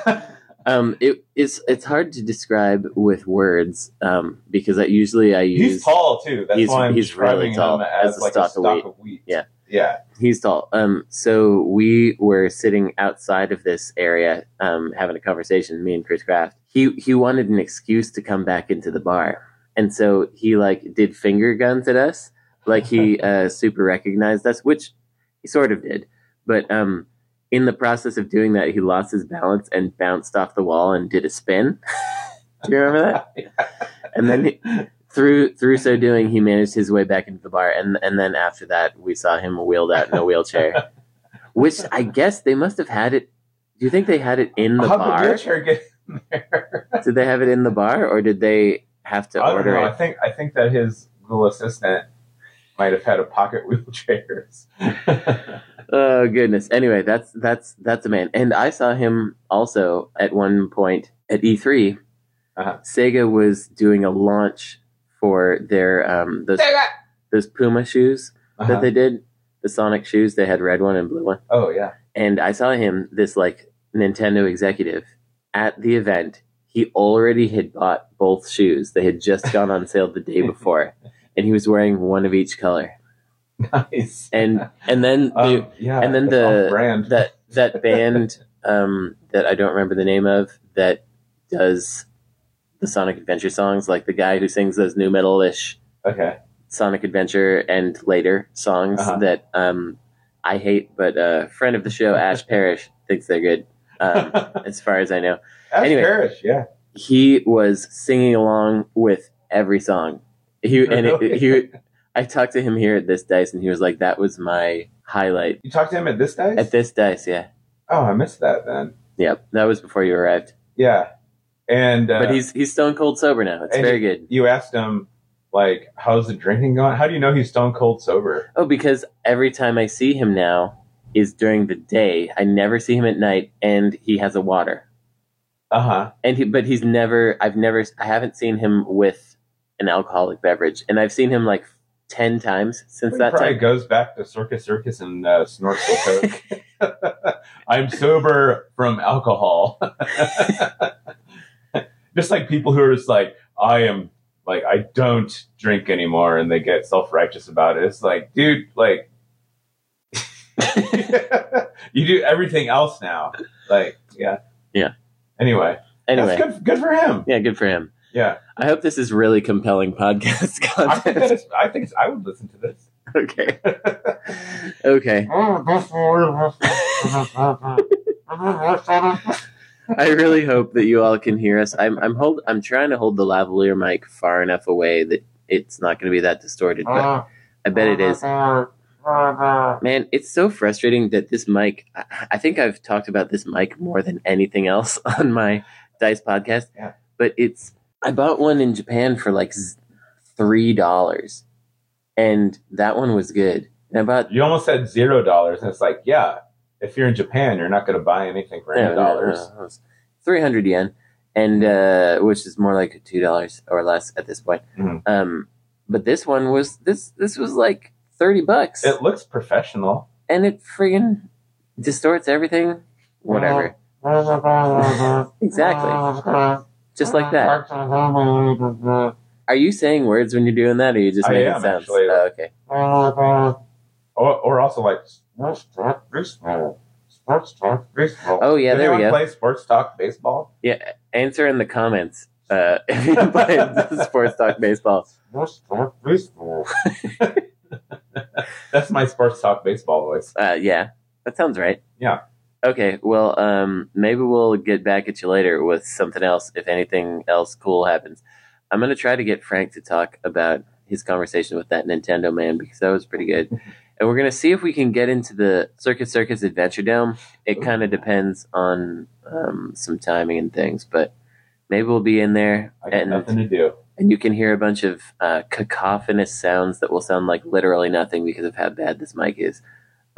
Speaker 9: Um, it, it's it's hard to describe with words um, because I, usually I use
Speaker 11: He's, tall too. That's
Speaker 9: he's-
Speaker 11: why I'm
Speaker 9: he's really
Speaker 11: describing
Speaker 9: tall,
Speaker 11: him as,
Speaker 9: as a
Speaker 11: like
Speaker 9: stalk of
Speaker 11: a stock
Speaker 9: wheat.
Speaker 11: of wheat.
Speaker 9: Yeah.
Speaker 11: yeah.
Speaker 9: He's tall. Um, so we were sitting outside of this area, um, having a conversation. Me and Chris Kraft. He he wanted an excuse to come back into the bar, and so he like did finger guns at us, like he uh, super recognized us, which he sort of did. But um, in the process of doing that, he lost his balance and bounced off the wall and did a spin. Do you remember that? And then through through so doing, he managed his way back into the bar, and and then after that, we saw him wheeled out in a wheelchair, which I guess they must have had it. Do you think they had it in the
Speaker 11: How
Speaker 9: bar?
Speaker 11: did wheelchair get in there?
Speaker 9: Did they have it in the bar, or did they have to
Speaker 11: I don't
Speaker 9: order
Speaker 11: know. I
Speaker 9: it?
Speaker 11: think I think that his little assistant might have had a pocket wheelchairs.
Speaker 9: oh goodness. Anyway, that's that's that's a man. And I saw him also at one point at E3.
Speaker 11: Uh-huh.
Speaker 9: Sega was doing a launch for their um those those Puma shoes
Speaker 11: Uh-huh.
Speaker 9: that they did, the Sonic shoes. They had red one and blue one.
Speaker 11: Oh yeah.
Speaker 9: And I saw him this like Nintendo executive at the event. He already had bought both shoes. They had just gone on sale the day before, and he was wearing one of each color.
Speaker 11: Nice. Um,
Speaker 9: And and then the,
Speaker 11: yeah,
Speaker 9: and then
Speaker 11: that's
Speaker 9: the
Speaker 11: off-brand.
Speaker 9: that that band um, that I don't remember the name of that does the Sonic Adventure songs, like the guy who sings those new metal ish
Speaker 11: Okay.
Speaker 9: Sonic Adventure and later songs
Speaker 11: Uh-huh.
Speaker 9: that um, I hate, but a friend of the show, Ash Parrish, thinks they're good, um, as far as I know.
Speaker 11: Ash
Speaker 9: Anyway.
Speaker 11: Parrish, yeah.
Speaker 9: He was singing along with every song. He and it,
Speaker 11: Really?
Speaker 9: he, I talked to him here at this dice, and he was like, "That was my highlight."
Speaker 11: You talked to him at this dice?
Speaker 9: At this dice, yeah,
Speaker 11: Oh, I missed that then.
Speaker 9: yep. That was before you arrived.
Speaker 11: Yeah. And uh,
Speaker 9: but he's he's stone cold sober now. It's
Speaker 11: and
Speaker 9: very
Speaker 11: you-
Speaker 9: good.
Speaker 11: You asked him like, how's the drinking going? How do you know he's stone cold sober?
Speaker 9: Oh, because every time I see him now is during the day. I never see him at night, and he has a water.
Speaker 11: Uh huh.
Speaker 9: And he, but he's never. I've never. I haven't seen him with an alcoholic beverage, and I've seen him like ten times since
Speaker 11: He
Speaker 9: that
Speaker 11: probably
Speaker 9: time.
Speaker 11: goes back to Circus Circus and uh, snorts the coke. I'm sober from alcohol. just like people who are just like, I am like I don't drink anymore, and they get self righteous about it. It's like, dude, like you do everything else now. Like, yeah,
Speaker 9: Yeah.
Speaker 11: Anyway,
Speaker 9: Anyway,
Speaker 11: that's good. Good for him.
Speaker 9: yeah, good for him.
Speaker 11: Yeah,
Speaker 9: I hope this is really compelling podcast
Speaker 11: I think that
Speaker 9: content.
Speaker 11: is. I think it's, I would listen to this.
Speaker 9: okay. okay. I really hope that you all can hear us. I'm I'm hold I'm trying to hold the lavalier mic far enough away that it's not going to be that distorted,
Speaker 11: Uh-huh.
Speaker 9: but I bet it is. Man, it's so frustrating that this mic. I, I think I've talked about this mic more than anything else on my Dice podcast.
Speaker 11: Yeah.
Speaker 9: But it's I bought one in Japan for like z- three dollars, and that one was good. And I bought
Speaker 11: You almost said zero dollars, and it's like, yeah, if you're in Japan, you're not going to buy anything for any dollars.
Speaker 9: three hundred yen, and uh, which is more like two dollars or less at this point.
Speaker 11: Mhm.
Speaker 9: Um, but this one was this this was like thirty bucks,
Speaker 11: It looks professional.
Speaker 9: and it friggin' distorts everything. Whatever,
Speaker 11: Mm-hmm.
Speaker 9: exactly, just like that. Are you saying words when you're doing that, or are you just
Speaker 11: Mm-hmm. I
Speaker 9: making
Speaker 11: am,
Speaker 9: sounds?
Speaker 11: actually.
Speaker 9: Oh, okay,
Speaker 11: Or, or also like,
Speaker 9: Oh, yeah, there we
Speaker 11: Anyone
Speaker 9: go.
Speaker 11: Play sports talk baseball.
Speaker 9: yeah. Answer in the comments uh, if you play sports talk baseball.
Speaker 11: That's my sports talk baseball voice.
Speaker 9: Uh, yeah, that sounds right.
Speaker 11: Yeah.
Speaker 9: Okay, well, um, maybe we'll get back at you later with something else if anything else cool happens. I'm going to try to get Frank to talk about his conversation with that Nintendo man because that was pretty good. and we're going to see if we can get into the Circus Circus Adventure Dome. It kind of depends on um, some timing and things, but maybe we'll be in there
Speaker 11: I got
Speaker 9: and,
Speaker 11: nothing to do.
Speaker 9: and you can hear a bunch of uh, cacophonous sounds that will sound like literally nothing because of how bad this mic is.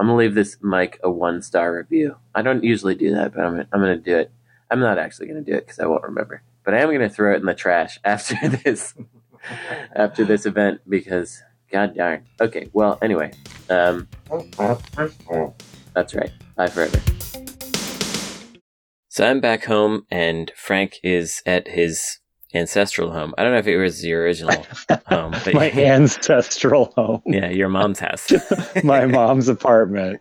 Speaker 9: I'm gonna leave this mic a one star review. I don't usually do that, but I'm gonna, I'm gonna do it. I'm not actually gonna do it because I won't remember, but I am gonna throw it in the trash after this after this event because god darn. Okay, well anyway, um, that's right. Bye forever. So I'm back home, and Frank is at his ancestral home. I don't know if it was your original home, but
Speaker 12: my ancestral home,
Speaker 9: yeah, your mom's house.
Speaker 12: my mom's apartment.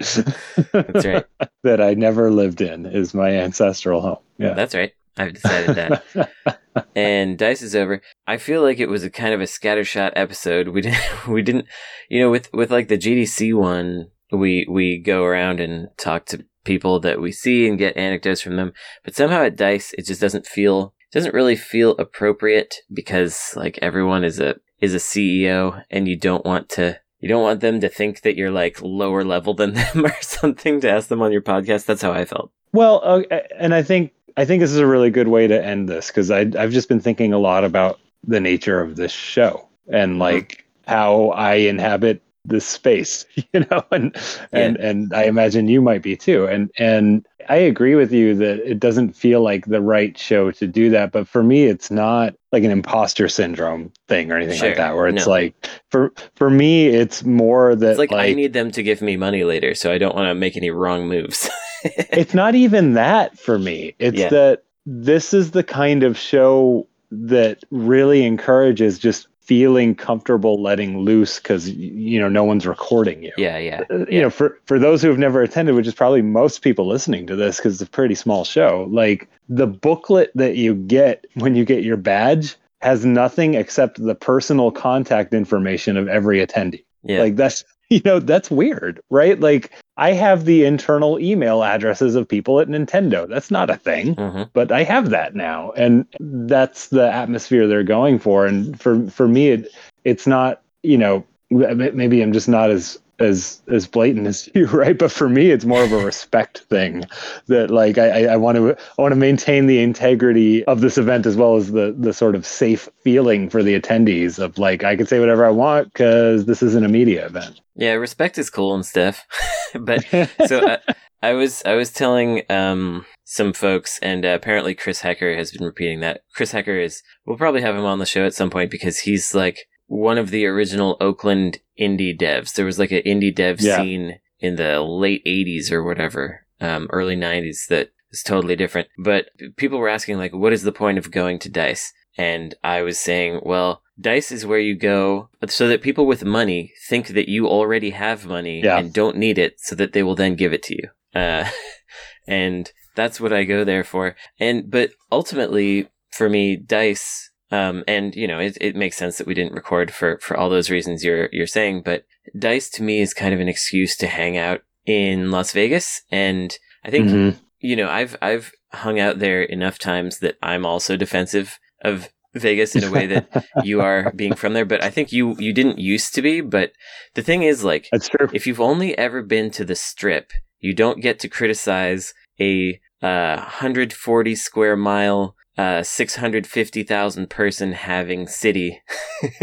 Speaker 12: That's
Speaker 9: right.
Speaker 12: that I never lived in is my ancestral home. Yeah.
Speaker 9: That's right. I've decided that. and dice is over. I feel like it was a kind of a scattershot episode. We didn't, we didn't, you know, with with like the GDC one, we we go around and talk to people that we see and get anecdotes from them. But somehow at dice, it just doesn't feel doesn't really feel appropriate because like everyone is a is a CEO, and you don't want to. You don't want them to think that you're like lower level than them or something to ask them on your podcast. That's how I felt.
Speaker 12: Well, uh, and I think I think this is a really good way to end this because I I've just been
Speaker 9: Mm-hmm.
Speaker 12: thinking a lot about the nature of this show and like how I inhabit this space, you know, and and and I imagine you might be too. And and I agree with you that it doesn't feel like the right show to do that. But for me, it's not like an imposter syndrome thing or anything
Speaker 9: Sure,
Speaker 12: like that, where it's
Speaker 9: no.
Speaker 12: like for for me, it's more that
Speaker 9: It's like, I
Speaker 12: like
Speaker 9: need them to give me money later, so I don't want to make any wrong moves.
Speaker 12: it's not even that for me. It's
Speaker 9: Yeah.
Speaker 12: that this is the kind of show that really encourages just feeling comfortable letting loose because you know no one's recording you.
Speaker 9: yeah, yeah.
Speaker 12: Uh, You know, for for those who have never attended, which is probably most people listening to this because it's a pretty small show. Like the booklet that you get when you get your badge has nothing except the personal contact information of every attendee.
Speaker 9: Yeah.
Speaker 12: Like that's you know that's weird, right? Like I have the internal email addresses of people at Nintendo. That's not a thing, but I have that now, and that's the atmosphere they're going for. And for for me, it it's not you know m- maybe I'm just not as as as blatant as you, right? But for me, it's more of a respect thing that like I I- I want to I want to maintain the integrity of this event as well as the the sort of safe feeling for the attendees of like I can say whatever I want because this isn't a media event.
Speaker 9: Yeah, respect is cool and stuff. but so I, I was I was telling um some folks, and uh, apparently Chris Hecker has been repeating that. Chris Hecker is we'll probably have him on the show at some point because he's like one of the original Oakland indie devs. There was like an indie dev
Speaker 12: Yeah.
Speaker 9: scene in the late '80s or whatever, um, early '90s that is totally different. But people were asking like, what is the point of going to Dice? And I was saying, well, Dice is where you go so that people with money think that you already have money
Speaker 12: Yeah.
Speaker 9: and don't need it so that they will then give it to you. Uh, and that's what I go there for. And, but ultimately for me, Dice, um, and you know, it, it makes sense that we didn't record for, for all those reasons you're, you're saying, but Dice to me is kind of an excuse to hang out in Las Vegas. And I think
Speaker 12: Mhm.
Speaker 9: you know, I've I've hung out there enough times that I'm also defensive of Vegas in a way that you are being from there, but I think you you didn't used to be, but the thing is like
Speaker 12: That's true.
Speaker 9: if you've only ever been to the strip, you don't get to criticize a uh, 140 square mile uh, 650,000 person having city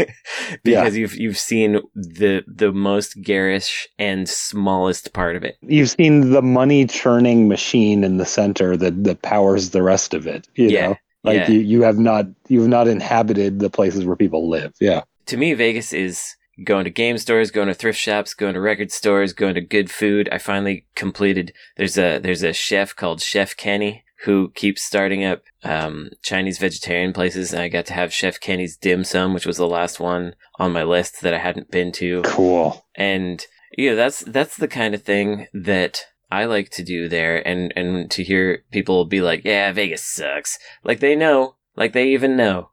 Speaker 9: because you've you've seen the the most garish and smallest part of it.
Speaker 12: You've seen the money churning machine in the center that that powers the rest of it. You
Speaker 9: Yeah,
Speaker 12: know, like
Speaker 9: yeah.
Speaker 12: you you have not you've not inhabited the places where people live. Yeah.
Speaker 9: to me, Vegas is going to game stores, going to thrift shops, going to record stores, going to good food. I finally completed. There's a there's a chef called Chef Kenny who keeps starting up um, Chinese vegetarian places, and I got to have Chef Kenny's dim sum, which was the last one on my list that I hadn't been to.
Speaker 12: Cool.
Speaker 9: And yeah, that's that's the kind of thing that I like to do there, and and to hear people be like, "Yeah, Vegas sucks," like they know, like they even know.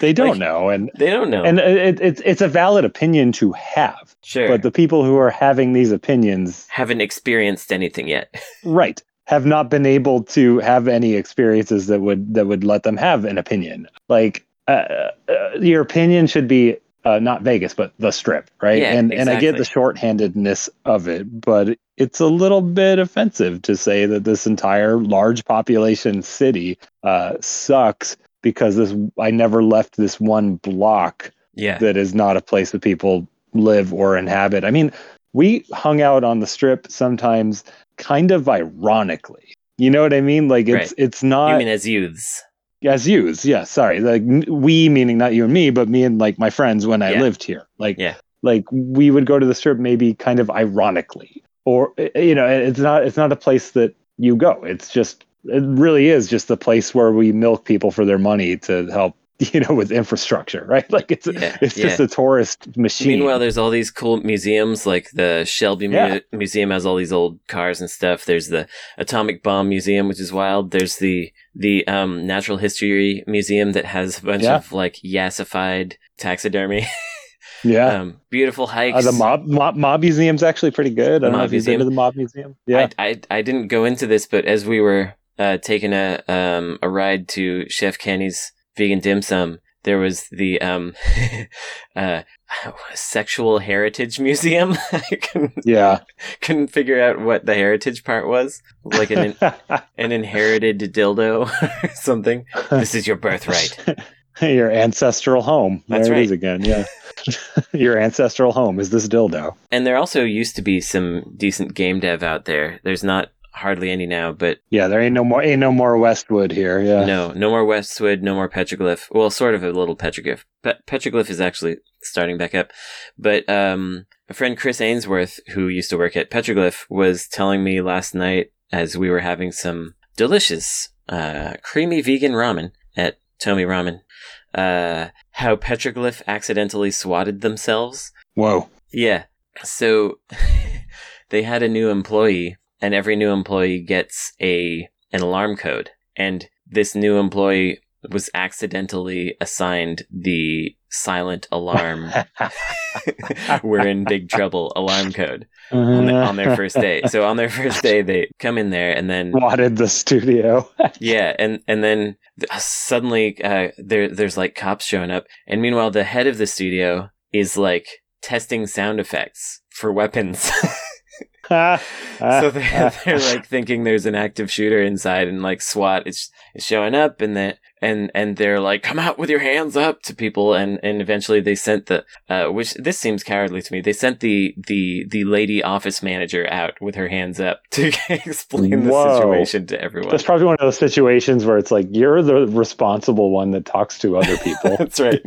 Speaker 12: They don't know, and
Speaker 9: they don't know.
Speaker 12: and it, it's it's a valid opinion to have.
Speaker 9: Sure.
Speaker 12: But the people who are having these opinions,
Speaker 9: haven't experienced anything yet.
Speaker 12: right, have not been able to have any experiences that would that would let them have an opinion. Like uh, uh, your opinion should be uh, not Vegas, but the Strip, right?
Speaker 9: Yeah,
Speaker 12: and and I get
Speaker 9: exactly.
Speaker 12: the shorthandedness of it, but it's a little bit offensive to say that this entire large population city uh, sucks because this I never left this one block
Speaker 9: Yeah.
Speaker 12: that is not a place that people live or inhabit. I mean, we hung out on the strip sometimes kind of ironically. You know what I mean? Like it's
Speaker 9: Right.
Speaker 12: it's not
Speaker 9: you mean as youths?
Speaker 12: as yous. Yeah, sorry. Like n- we meaning not you and me, but me and like my friends when I
Speaker 9: Yeah.
Speaker 12: lived here. Like
Speaker 9: Yeah.
Speaker 12: like we would go to the strip maybe kind of ironically. Or eh, you know, it's not it's not a place that you go. It's just it really is just the place where we milk people for their money to help you know with infrastructure, right? Like it's it's just
Speaker 9: yeah.
Speaker 12: a tourist machine.
Speaker 9: Meanwhile, there's all these cool museums, like the Shelby Mu-
Speaker 12: Yeah.
Speaker 9: Museum has all these old cars and stuff. There's the Atomic Bomb Museum, which is wild. There's the the um, Natural History Museum that has a bunch
Speaker 12: Yeah.
Speaker 9: of like yassified taxidermy.
Speaker 12: yeah.
Speaker 9: um, beautiful hikes.
Speaker 12: Uh, the mob, mob mob museum's actually pretty good. I don't
Speaker 9: Mob
Speaker 12: know if you've been to
Speaker 9: museum.
Speaker 12: the mob museum. Yeah,
Speaker 9: I, I I didn't go into this, but as we were uh, taking a um a ride to Chef Kenny's vegan dim sum, there was the um uh sexual heritage museum. I couldn't,
Speaker 12: yeah,
Speaker 9: couldn't figure out what the heritage part was, like an an inherited dildo or something. This is your birthright.
Speaker 12: Your ancestral home.
Speaker 9: That's
Speaker 12: there it
Speaker 9: right.
Speaker 12: is again. Yeah. Your ancestral home is this dildo.
Speaker 9: And there also used to be some decent game dev out there. There's not hardly any now, but
Speaker 12: Yeah, there ain't no more ain't no more Westwood here. Yeah.
Speaker 9: no, no more Westwood, no more petroglyph. Well, sort of a little petroglyph. Pe- petroglyph is actually starting back up. But um, my friend Chris Ainsworth, who used to work at Petroglyph, was telling me last night as we were having some delicious, uh, creamy vegan ramen at Tomi Ramen, uh, how petroglyph accidentally swatted themselves.
Speaker 12: Whoa.
Speaker 9: Yeah. So they had a new employee, and every new employee gets a an alarm code. And this new employee was accidentally assigned the silent alarm. We're in big trouble. Alarm code on, the- on their first day. So on their first day, they come in there, and then
Speaker 12: Wanted the studio.
Speaker 9: yeah, and and then th- suddenly uh, there there's like cops showing up, and meanwhile the head of the studio is like testing sound effects for weapons. so they're, they're like thinking there's an active shooter inside, and like SWAT is, is showing up, and then and and they're like, "Come out with your hands up" to people, and and eventually they sent the uh, which this seems cowardly to me. They sent the the the lady office manager out with her hands up to explain the
Speaker 12: Whoa.
Speaker 9: situation to everyone.
Speaker 12: That's probably one of those situations where it's like you're the responsible one that talks to other people.
Speaker 9: That's right.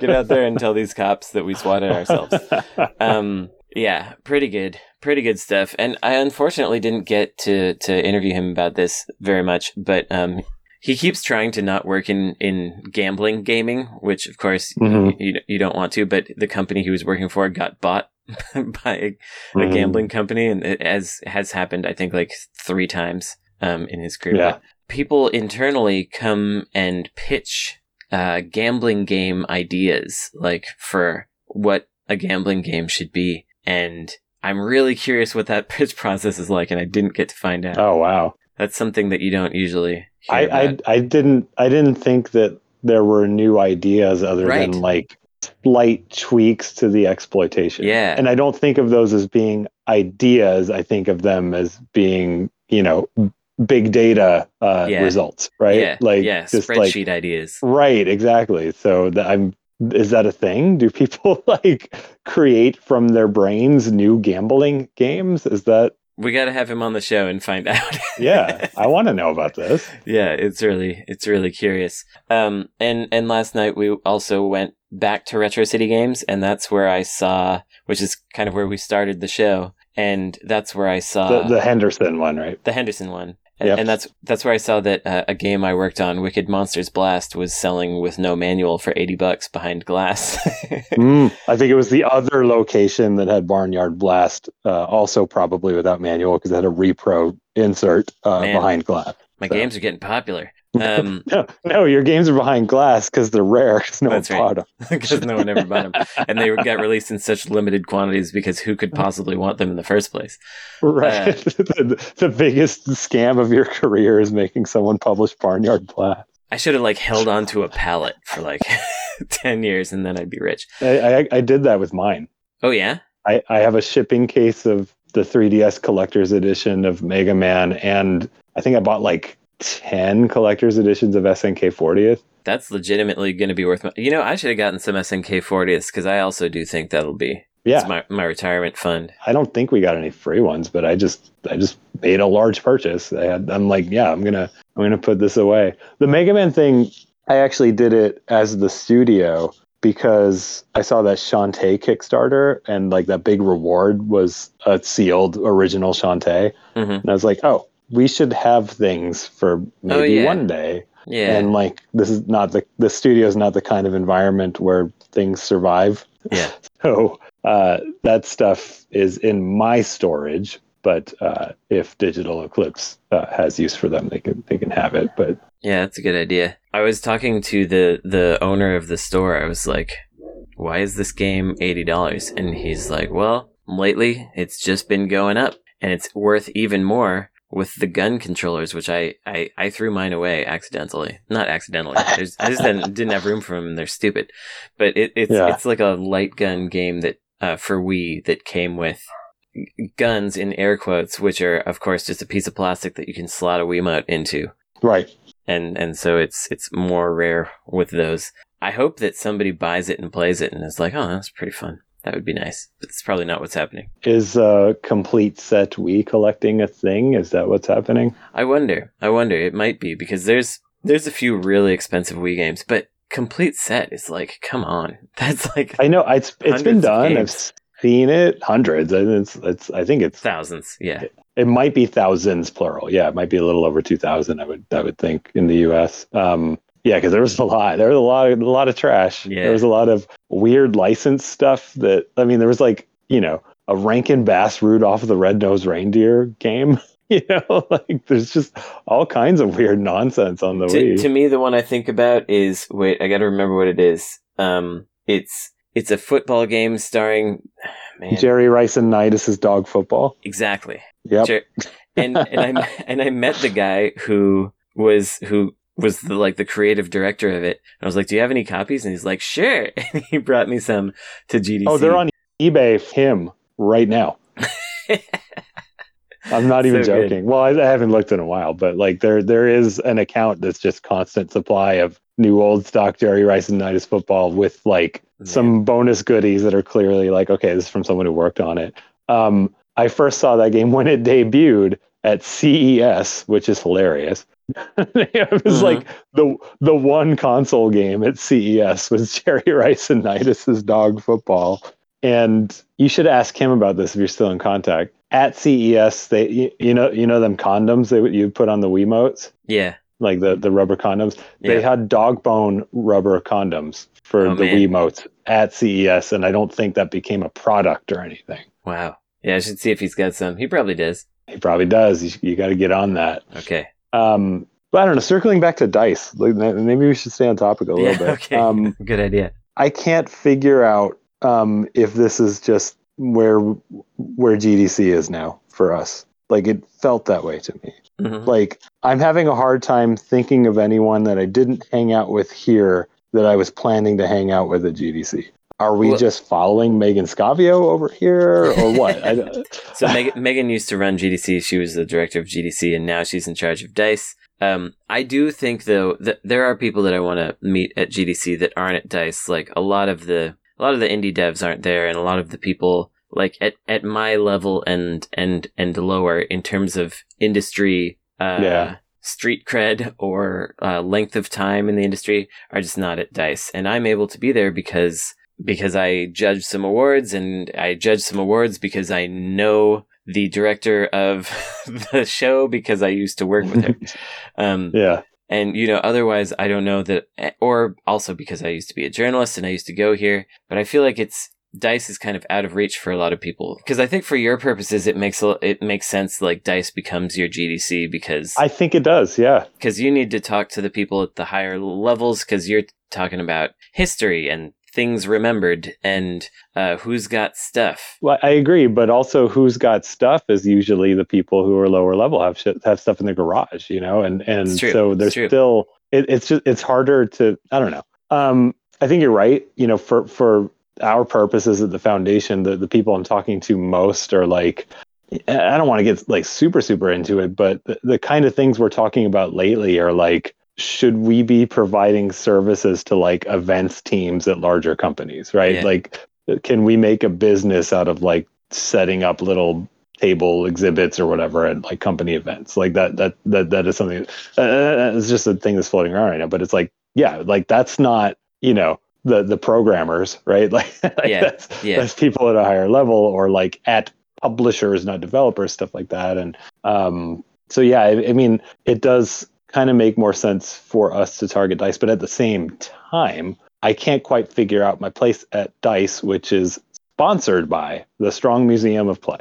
Speaker 9: Get out there and tell these cops that we swatted ourselves. Um, yeah, pretty good, pretty good stuff. And I unfortunately didn't get to to interview him about this very much, but um, he keeps trying to not work in in gambling gaming, which of course
Speaker 12: Mhm.
Speaker 9: you, you don't want to. But the company he was working for got bought by a, a
Speaker 12: Mm.
Speaker 9: gambling company, and it as has happened, I think like three times um, in his career.
Speaker 12: Yeah.
Speaker 9: But people internally come and pitch uh, gambling game ideas, like for what a gambling game should be. And I'm really curious what that pitch process is like, and I didn't get to find out.
Speaker 12: Oh wow.
Speaker 9: That's something that you don't usually. Hear
Speaker 12: I, I
Speaker 9: about.
Speaker 12: I didn't I didn't think that there were new ideas other
Speaker 9: Right.
Speaker 12: than like slight tweaks to the exploitation.
Speaker 9: Yeah.
Speaker 12: And I don't think of those as being ideas. I think of them as being, you know, big data uh,
Speaker 9: Yeah.
Speaker 12: results, right?
Speaker 9: Yeah,
Speaker 12: Like
Speaker 9: yeah,
Speaker 12: just like
Speaker 9: spreadsheet ideas.
Speaker 12: Right, exactly. So that I'm is that a thing? Do people like create from their brains new gambling games? Is that
Speaker 9: We got to have him on the show and find out.
Speaker 12: yeah, I want to know about this.
Speaker 9: yeah, it's really it's really curious. Um, and and last night we also went back to Retro City Games, and that's where I saw, which is kind of where we started the show, and that's where I saw
Speaker 12: the, the Henderson one, right?
Speaker 9: Uh, the Henderson one. And,
Speaker 12: Yep.
Speaker 9: and that's that's where I saw that uh, a game I worked on, Wicked Monsters Blast, was selling with no manual for eighty bucks behind glass.
Speaker 12: Mm, I think it was the other location that had Barnyard Blast, uh, also probably without manual because it had a repro insert uh,
Speaker 9: Man.
Speaker 12: behind glass.
Speaker 9: My games are getting popular. Um,
Speaker 12: No, no, your games are behind glass because they're rare because no
Speaker 9: That's
Speaker 12: one
Speaker 9: right.
Speaker 12: bought 'em.
Speaker 9: because no one ever bought them, and they got released in such limited quantities because who could possibly want them in the first place?
Speaker 12: Right. the, the biggest scam of your career is making someone publish Barnyard Blast.
Speaker 9: I should have like held on to a pallet for like ten years, and then I'd be rich.
Speaker 12: I, I, I did that with mine.
Speaker 9: Oh yeah,
Speaker 12: I, I have a shipping case of the 3DS collector's edition of Mega Man, and I think I bought like 10 collector's editions of SNK 40th.
Speaker 9: that's legitimately going to be worth. My- you know, I should have gotten some SNK 40s because I also do think that'll be
Speaker 12: Yeah.
Speaker 9: it's my my retirement fund.
Speaker 12: I don't think we got any free ones, but I just I just made a large purchase. I had, I'm like, yeah, I'm gonna I'm gonna put this away. The Mega Man thing, I actually did it as the studio because I saw that Shantae Kickstarter and like that big reward was a sealed original Shantae, and I was like, oh, we should have things for maybe
Speaker 9: yeah.
Speaker 12: one day.
Speaker 9: Yeah.
Speaker 12: And like this is not the the studio is not the kind of environment where things survive.
Speaker 9: Yeah.
Speaker 12: So uh, that stuff is in my storage, but uh, if Digital Eclipse uh, has use for them, they can they can have it. But
Speaker 9: Yeah, that's a good idea. I was talking to the the owner of the store. I was like, "Why is this game eighty dollars?" And he's like, "Well, lately it's just been going up, and it's worth even more with the gun controllers, which I I, I threw mine away accidentally. Not accidentally. There's, I just didn't, didn't have room for them. And they're stupid. But it, it's
Speaker 12: Yeah.
Speaker 9: it's like a light gun game that uh, for Wii that came with g- guns in air quotes, which are of course just a piece of plastic that you can slot a Wiimote into."
Speaker 12: right,
Speaker 9: and and so it's it's more rare with those. I hope that somebody buys it and plays it and is like, oh, that's pretty fun. That would be nice. But it's probably not what's happening.
Speaker 12: Is a complete set we collecting a thing? Is that what's happening?
Speaker 9: I wonder. I wonder. It might be because there's there's a few really expensive Wii games, but complete set is like, come on, that's like
Speaker 12: I know it's it's
Speaker 9: hundreds
Speaker 12: been
Speaker 9: of
Speaker 12: done. I've
Speaker 9: games.
Speaker 12: seen it hundreds. I- It's it's I think it's
Speaker 9: thousands. Yeah.
Speaker 12: It might be thousands plural. Yeah, it might be a little over two thousand. I would I would think in the U.S. Um, yeah, because there was a lot. There was a lot a lot of trash.
Speaker 9: Yeah.
Speaker 12: There was a lot of weird license stuff. That I mean, there was like you know a Rankin Bass Rudolph the Red Nosed Reindeer game. You know, like there's just all kinds of weird nonsense on the
Speaker 9: to,
Speaker 12: Wii.
Speaker 9: to me the one i think about is wait i gotta remember what it is um it's it's a football game starring man
Speaker 12: Jerry Rice and Nidus's dog football.
Speaker 9: exactly
Speaker 12: Yep.
Speaker 9: Jer- and and i and i met the guy who was who was the, like the creative director of it and i was like do you have any copies and he's like sure and he brought me some to gdc
Speaker 12: Oh, they're on eBay. for Him right now. I'm not even
Speaker 9: So good.
Speaker 12: joking. Well, I, I haven't looked in a while, but like there there is an account that's just constant supply of new old stock Jerry Rice and Nidus football with like some bonus goodies that are clearly like okay, this is from someone who worked on it. Um, I first saw that game when it debuted at CES, which is hilarious. it
Speaker 9: Mm-hmm.
Speaker 12: was like the the one console game at CES was Jerry Rice and Nidus's dog football. And you should ask him about this if you're still in contact. At CES, they you, you know you know them condoms they would you put on the Wiimotes,
Speaker 9: yeah
Speaker 12: like the, the rubber condoms. They
Speaker 9: Yeah.
Speaker 12: had dog bone rubber condoms for
Speaker 9: Oh,
Speaker 12: the
Speaker 9: man.
Speaker 12: Wiimotes at CES, and I don't think that became a product or anything.
Speaker 9: wow yeah i should see if he's got some he probably does
Speaker 12: He probably does. You, you got to get on that.
Speaker 9: okay
Speaker 12: Um, but I don't know. Circling back to dice, like, m- maybe we should stay on topic a little
Speaker 9: Yeah,
Speaker 12: bit.
Speaker 9: okay.
Speaker 12: Um,
Speaker 9: good idea
Speaker 12: I can't figure out um, if this is just where where GDC is now for us. Like it felt that way to me.
Speaker 9: Mhm.
Speaker 12: Like I'm having a hard time thinking of anyone that I didn't hang out with here that I was planning to hang out with at GDC. Are we
Speaker 9: Well-
Speaker 12: just following Megan Scavio over here or what? I don't-
Speaker 9: So Megan, Megan used to run GDC. She was the director of GDC, and now she's in charge of Dice. Um, I do think though that there are people that I want to meet at GDC that aren't at Dice. Like a lot of the a lot of the indie devs aren't there, and a lot of the people like at, at my level and and and lower in terms of industry. Uh,
Speaker 12: Yeah.
Speaker 9: Street cred or uh, length of time in the industry are just not at Dice, and I'm able to be there because because I judge some awards and I judge some awards because I know the director of the show because I used to work with her. Um,
Speaker 12: yeah.
Speaker 9: And, you know, otherwise, I don't know that, or also because I used to be a journalist and I used to go here, but I feel like it's, Dice is kind of out of reach for a lot of people because I think for your purposes it makes a, it makes sense like Dice becomes your GDC because
Speaker 12: I think it does. Yeah.
Speaker 9: because you need to talk to the people at the higher levels because you're talking about history and things remembered and uh, who's got stuff.
Speaker 12: Well, I agree, but also who's got stuff is usually the people who are lower level have shit, have stuff in the garage, you know, and and
Speaker 9: It's true.
Speaker 12: so
Speaker 9: It's
Speaker 12: there's
Speaker 9: true.
Speaker 12: still it, it's just it's harder to I don't know. Um, I think you're right. You know, for for our purposes at the foundation, the the people I'm talking to most are like I don't want to get like super super into it, but the, the kind of things we're talking about lately are like should we be providing services to like events teams at larger companies, right?
Speaker 9: Yeah.
Speaker 12: Like can we make a business out of like setting up little table exhibits or whatever at like company events like that that that that is something uh, it's just a thing that's floating around right now but it's like yeah like that's not you know the the programmers right like, like
Speaker 9: Yeah,
Speaker 12: that's
Speaker 9: yeah.
Speaker 12: that's people at a higher level or like at publishers not developers stuff like that and um so yeah i, I mean it does kind of make more sense for us to target dice but at the same time i can't quite figure out my place at dice which is sponsored by the strong museum of play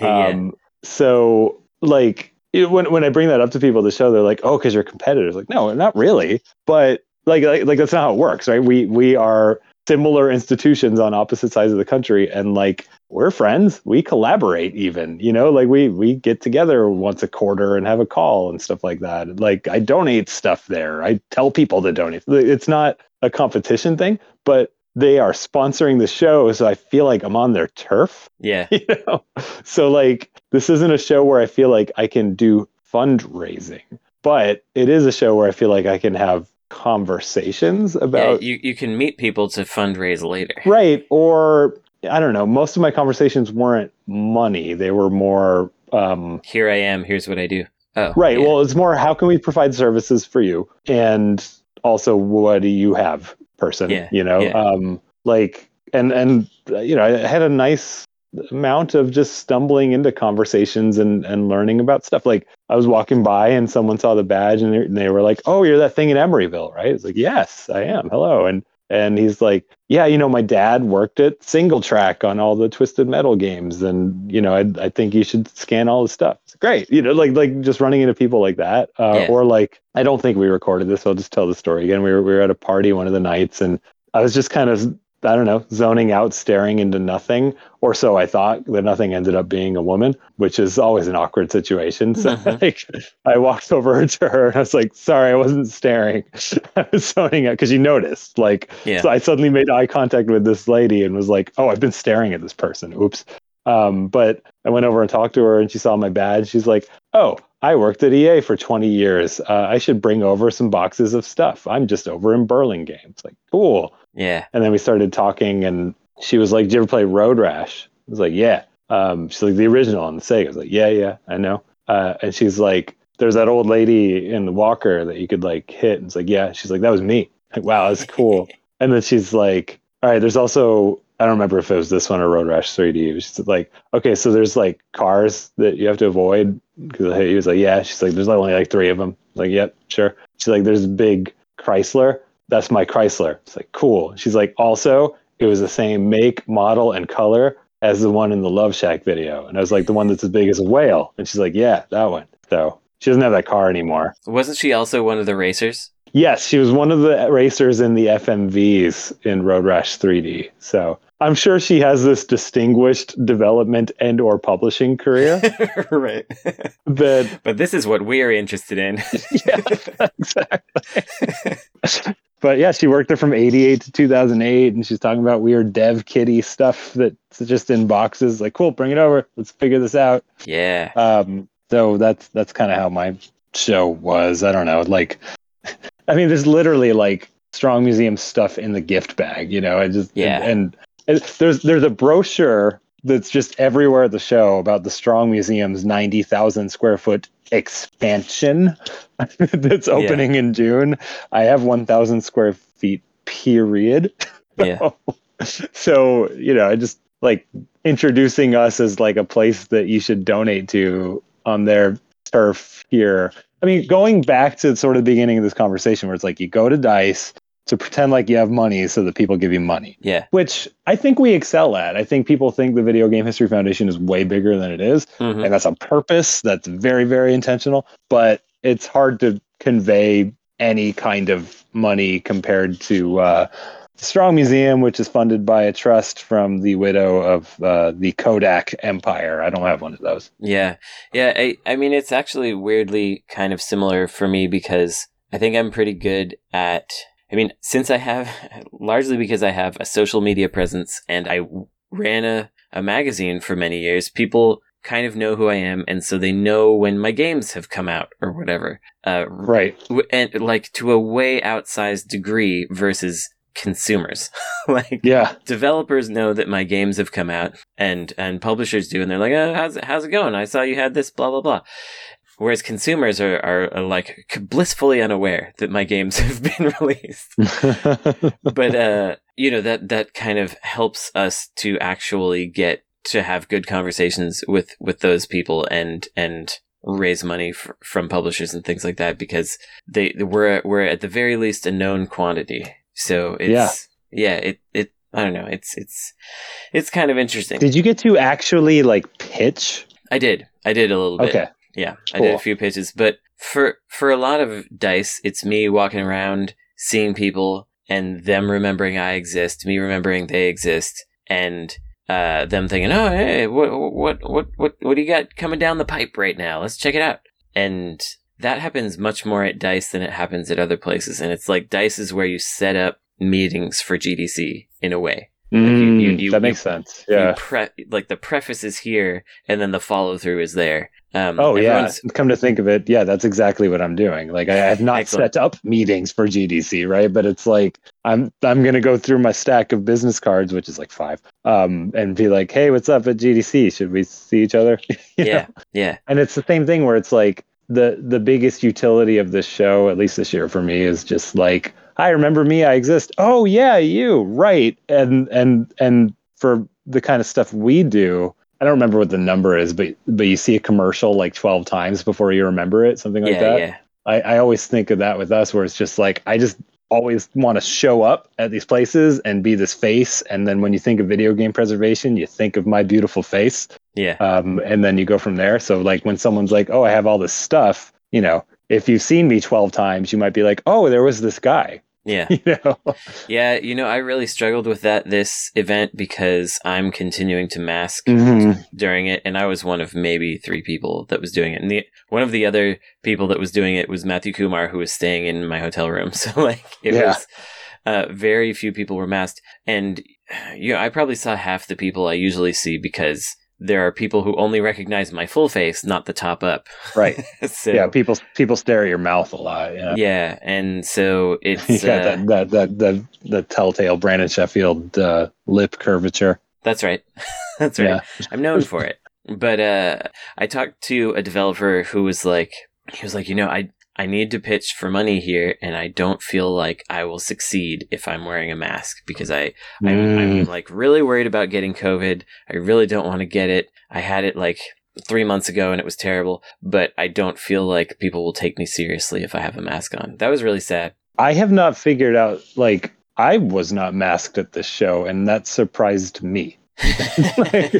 Speaker 9: Yeah.
Speaker 12: um, so like it- when when I bring that up to people at the show, they're like, "Oh, because you're competitors." Like, no, not really. But like, like like that's not how it works, right? We we are similar institutions on opposite sides of the country, and like we're friends. We collaborate, even you know, like we we get together once a quarter and have a call and stuff like that. Like I donate stuff there. I tell people to donate. It's not a competition thing, but they are sponsoring the show, so I feel like I'm on their turf
Speaker 9: Yeah.
Speaker 12: you know so like this isn't a show where i feel like i can do fundraising But it is a show where I feel like I can have conversations about
Speaker 9: yeah, you, you can meet people to fundraise later.
Speaker 12: Right. Or I don't know. Most of my conversations weren't money. They were more um,
Speaker 9: Here I am. Here's what I do. Oh,
Speaker 12: right. Well, it's more how can we provide services for you, and also what do you have, person.
Speaker 9: Yeah,
Speaker 12: You know,
Speaker 9: yeah.
Speaker 12: um, like and and uh, you know, I had a nice amount of just stumbling into conversations and and learning about stuff. Like I was walking by and someone saw the badge and they, and they were like, "Oh, you're that thing in Emeryville, right?" It's like, "Yes, I am. Hello." And and he's like, "Yeah, you know, my dad worked at Single Track on all the Twisted Metal games, and you know, I, I think you should scan all the stuff." It's great, you know, like like just running into people like that, uh,
Speaker 9: Yeah.
Speaker 12: or like I don't think we recorded this. I'll just tell the story again. We were we were at a party one of the nights, and I was just kind of I don't know, zoning out, staring into nothing, or so I thought. That nothing ended up being a woman, which is always an awkward situation. So
Speaker 9: Mhm.
Speaker 12: like, I walked over to her and I was like, "Sorry, I wasn't staring. I was zoning out because you noticed." Like,
Speaker 9: Yeah.
Speaker 12: so I suddenly made eye contact with this lady and was like, "Oh, I've been staring at this person. Oops." Um, but I went over and talked to her, and she saw my badge. She's like, "Oh, I worked at EA for 20 years. Uh, I should bring over some boxes of stuff. I'm just over in Burlingame." It's like, "Cool."
Speaker 9: Yeah.
Speaker 12: And then we started talking, and she was like, "Do you ever play Road Rash?" I was like, "Yeah." Um, she's like, "The original on the Sega." I was like, "Yeah, yeah, I know." Uh, and she's like, "There's that old lady in the walker that you could like hit." And it's like, "Yeah." She's like, "That was me." Like, wow, that's cool. and then she's like, "All right." There's also I don't remember if it was this one or Road Rash 3D. but She's like, "Okay, so there's like cars that you have to avoid." Because he was like, "Yeah." She's like, "There's only like three of them." like, "Yep, sure." She's like, "There's a big Chrysler." that's my Chrysler. It's like, cool. She's like, also, it was the same make, model, and color as the one in the Love Shack video. And I was like, the one that's as big as a whale. And she's like, yeah, that one. So she doesn't have that car anymore.
Speaker 9: Wasn't she also one of the racers?
Speaker 12: Yes, she was one of the racers in the FMVs in Road Rash 3D. So I'm sure she has this distinguished development and or publishing career
Speaker 9: right.
Speaker 12: that
Speaker 9: But this is what we're interested in.
Speaker 12: but yeah, she worked there from 88 to 2008, and she's talking about weird dev kitty stuff that's just in boxes. Like, cool, bring it over. Let's figure this out.
Speaker 9: yeah.
Speaker 12: Um, so that's that's kind of how my show was. I don't know. Like, I mean, there's literally like strong museum stuff in the gift bag. You know, I just
Speaker 9: Yeah.
Speaker 12: And, and there's there's a brochure that's just everywhere at the show about the strong museum's ninety thousand square foot expansion that's opening in June. I have one thousand square feet. Period
Speaker 9: Yeah.
Speaker 12: so you know i just like introducing us as like a place that you should donate to on their turf here i mean going back to sort of the beginning of this conversation where it's like you go to dice to pretend like you have money so that people give you money
Speaker 9: Yeah.
Speaker 12: which i think we excel at i think people think the video game history foundation is way bigger than it is, and that's on purpose that's very very intentional but it's hard to convey any kind of money compared to uh, Strong Museum, which is funded by a trust from the widow of uh, the Kodak Empire. I don't have one of those.
Speaker 9: Yeah. Yeah. I, I mean, it's actually weirdly kind of similar for me because I think I'm pretty good at, I mean, since I have, largely because I have a social media presence and I ran a, a magazine for many years, people kind of know who I am. And so they know when my games have come out or whatever. Uh,
Speaker 12: Right.
Speaker 9: w- and like to a way outsized degree versus consumers. like
Speaker 12: yeah,
Speaker 9: developers know that my games have come out, and and publishers do, and they're like, oh, how's it, how's it going? I saw you had this, blah blah blah. Whereas consumers are, are, are like blissfully unaware that my games have been released but uh you know that that kind of helps us to actually get to have good conversations with with those people and and raise money f- from publishers and things like that because they we're we're at the very least a known quantity so it's yeah, it it i don't know it's it's it's kind of interesting
Speaker 12: Did you get to actually like pitch?
Speaker 9: I did. I did a little bit.
Speaker 12: Okay.
Speaker 9: Yeah, I did a
Speaker 12: Cool.
Speaker 9: few pitches, but for for a lot of dice, it's me walking around, seeing people, and them remembering I exist, me remembering they exist, and uh, them thinking, "Oh, hey, what what what what what do you got coming down the pipe right now? Let's check it out." And that happens much more at dice than it happens at other places, and it's like dice is where you set up meetings for GDC in a way.
Speaker 12: Mm,
Speaker 9: you- you-
Speaker 12: that makes
Speaker 9: you-
Speaker 12: sense.
Speaker 9: you
Speaker 12: Yeah.
Speaker 9: pre- like the preface is here and then the follow through is there Um,
Speaker 12: Oh yeah.
Speaker 9: everyone's-
Speaker 12: Come to think of it, yeah, that's exactly what I'm doing. Like I have not
Speaker 9: Excellent.
Speaker 12: set up meetings for GDC, right? But it's like I'm I'm gonna go through my stack of business cards, which is like five, um, and be like, hey, what's up at GDC? Should we see each other? You know?
Speaker 9: Yeah, yeah.
Speaker 12: And it's the same thing where it's like the the biggest utility of this show, at least this year for me, is just like, hi, remember me, I exist. Oh yeah, you, right. And and and for the kind of stuff we do, I don't remember what the number is, but but you see a commercial like twelve times before you remember it, something like
Speaker 9: Yeah,
Speaker 12: that.
Speaker 9: yeah.
Speaker 12: I, I always think of that with us where it's just like I just always want to show up at these places and be this face. And then when you think of video game preservation, you think of my beautiful face
Speaker 9: Yeah.
Speaker 12: um, and then you go from there. So like when someone's like, "Oh, I have all this stuff," you know, if you've seen me twelve times, you might be like, "Oh, there was this guy,"
Speaker 9: Yeah.
Speaker 12: you know.
Speaker 9: Yeah, you know, I really struggled with that this event because I'm continuing to mask
Speaker 12: Mhm.
Speaker 9: during it, and I was one of maybe three people that was doing it. And the one of the other people that was doing it was Matthew Kumar, who was staying in my hotel room. So like, it
Speaker 12: Yeah.
Speaker 9: was uh, very few people were masked, and you know, I probably saw half the people I usually see because there are people who only recognize my full face, not the top up.
Speaker 12: Right.
Speaker 9: So-
Speaker 12: yeah. People people stare at your mouth a lot. Yeah.
Speaker 9: Yeah, and so it's
Speaker 12: yeah.
Speaker 9: uh,
Speaker 12: that, that that the the telltale Brandon Sheffield uh, lip curvature.
Speaker 9: That's right. That's right.
Speaker 12: Yeah.
Speaker 9: I'm known for it. But uh, I talked to a developer who was like, he was like, you know, I I need to pitch for money here, and I don't feel like I will succeed if I'm wearing a mask because I I'm, I'm
Speaker 12: Mm.
Speaker 9: like really worried about getting COVID. I really don't want to get it. I had it like three months ago and it was terrible. But I don't feel like people will take me seriously if I have a mask on. That was really sad.
Speaker 12: I have not figured out like I was not masked at this show, and that surprised me. Like,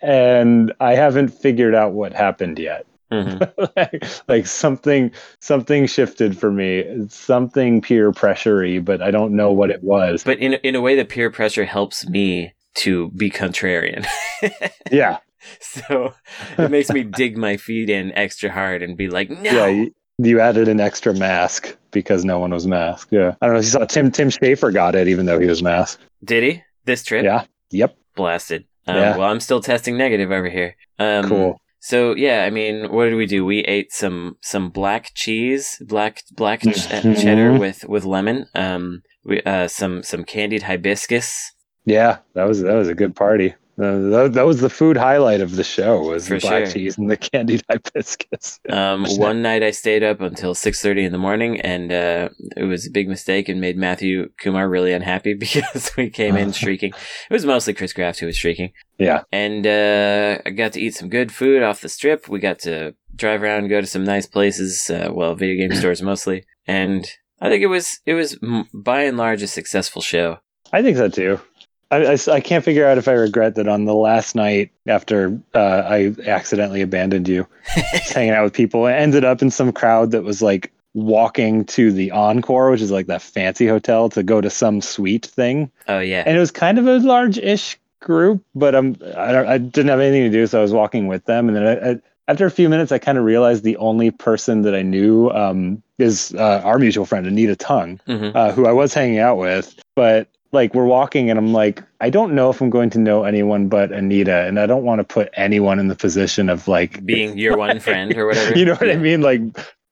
Speaker 12: and I haven't figured out what happened yet. like, like something something shifted for me. It's Something peer pressury, but I don't know what it was.
Speaker 9: But in in a way, the peer pressure helps me to be contrarian.
Speaker 12: Yeah.
Speaker 9: so it makes me dig my feet in extra hard and be like, no.
Speaker 12: Yeah, you, you added an extra mask because no one was masked. Yeah. I don't know if you saw Tim Tim Schafer got it even though he was masked.
Speaker 9: Did he this trip?
Speaker 12: Yeah. Yep.
Speaker 9: Blasted. Um,
Speaker 12: Yeah.
Speaker 9: Well, I'm still testing negative over here. Um,
Speaker 12: Cool.
Speaker 9: So yeah, I mean, what did we do? We ate some some black cheese, black black ch- uh, cheddar
Speaker 12: Mhm.
Speaker 9: with with lemon. Um, we uh, some some candied hibiscus.
Speaker 12: Yeah, that was that was a good party. Uh, that, that was the food highlight of the show was
Speaker 9: For
Speaker 12: the black
Speaker 9: sure.
Speaker 12: cheese and the candied hibiscus.
Speaker 9: Um, one night I stayed up until six thirty in the morning, and uh, it was a big mistake and made Matthew Kumar really unhappy because we came in shrieking. It was mostly Chris Kraft who was shrieking.
Speaker 12: Yeah.
Speaker 9: and uh, I got to eat some good food off the strip. We got to drive around, go to some nice places, uh, well, video game stores mostly, and I think it was it was m- by and large a successful show.
Speaker 12: I think so too. I, I s- I can't figure out if I regret that on the last night after uh, I accidentally abandoned you, just hanging out with people, I ended up in some crowd that was like walking to the Encore, which is like that fancy hotel, to go to some suite thing.
Speaker 9: Oh yeah,
Speaker 12: And it was kind of a large-ish group, but um, I, don't, I didn't have anything to do, so I was walking with them. And then I, I, after a few minutes, I kind of realized the only person that I knew um, is uh, our mutual friend, Anita Tung,
Speaker 9: Mhm.
Speaker 12: uh, who I was hanging out with. But like, we're walking, and I'm like, I don't know if I'm going to know anyone but Anita, and I don't want to put anyone in the position of like
Speaker 9: Being your one friend or whatever,
Speaker 12: you know what I mean? Like,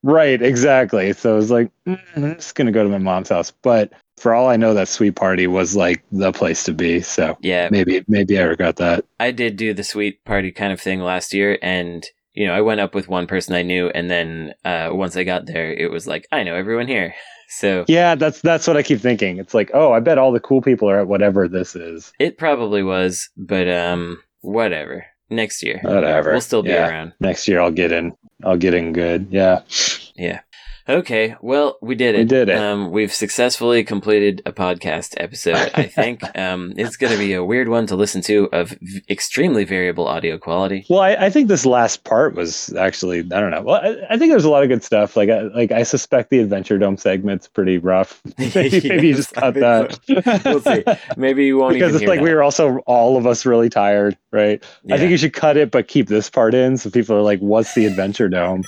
Speaker 12: right, exactly. So I was like, "Mm, I'm just gonna go to my mom's house. But for all I know, that sweet party was like the place to be. So
Speaker 9: Yeah.
Speaker 12: maybe maybe I regret that.
Speaker 9: I did do the sweet party kind of thing last year, and you know, I went up with one person I knew, and then uh, once I got there, it was like I know everyone here. So
Speaker 12: Yeah, that's that's what I keep thinking. It's like, oh, I bet all the cool people are at whatever this is.
Speaker 9: it probably was, but um, whatever. Next year,
Speaker 12: Whatever.
Speaker 9: we'll still be
Speaker 12: Yeah.
Speaker 9: around.
Speaker 12: Next year I'll get in. I'll get in good. Yeah.
Speaker 9: Yeah. Okay. Well, we did it.
Speaker 12: We did it.
Speaker 9: Um, we've successfully completed a podcast episode. I think um, it's going to be a weird one to listen to of v- extremely variable audio quality.
Speaker 12: Well, I, I think this last part was actually I don't know. Well, I, I think there's a lot of good stuff. Like I, like I suspect the Adventure Dome segment's pretty rough. maybe you
Speaker 9: Yes,
Speaker 12: just
Speaker 9: I
Speaker 12: cut
Speaker 9: think
Speaker 12: that.
Speaker 9: We'll see. Maybe you won't
Speaker 12: because
Speaker 9: even
Speaker 12: it's
Speaker 9: hear
Speaker 12: like
Speaker 9: that.
Speaker 12: we were also all of us really tired, right? I
Speaker 9: Yeah.
Speaker 12: think you should cut it, but keep this part in, so people are like, "What's the Adventure Dome?"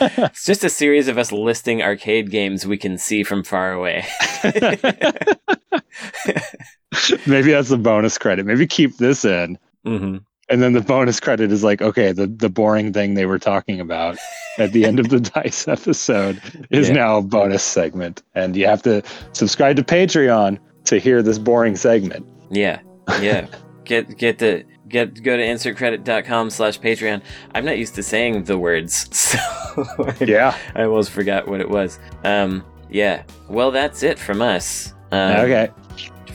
Speaker 9: It's just a series of us listing arcade games we can see from far away.
Speaker 12: Maybe that's the bonus credit. Maybe keep this in.
Speaker 9: hmm
Speaker 12: And then the bonus credit is like, okay, the, the boring thing they were talking about at the end of the dice episode is
Speaker 10: Yeah.
Speaker 12: now a bonus segment. And you have to subscribe to Patreon to hear this boring segment.
Speaker 9: Yeah, yeah. get get the get go to insertcredit.com slash patreon i'm not used to saying the words so
Speaker 12: yeah
Speaker 9: i almost forgot what it was um yeah well that's it from us um,
Speaker 12: Okay.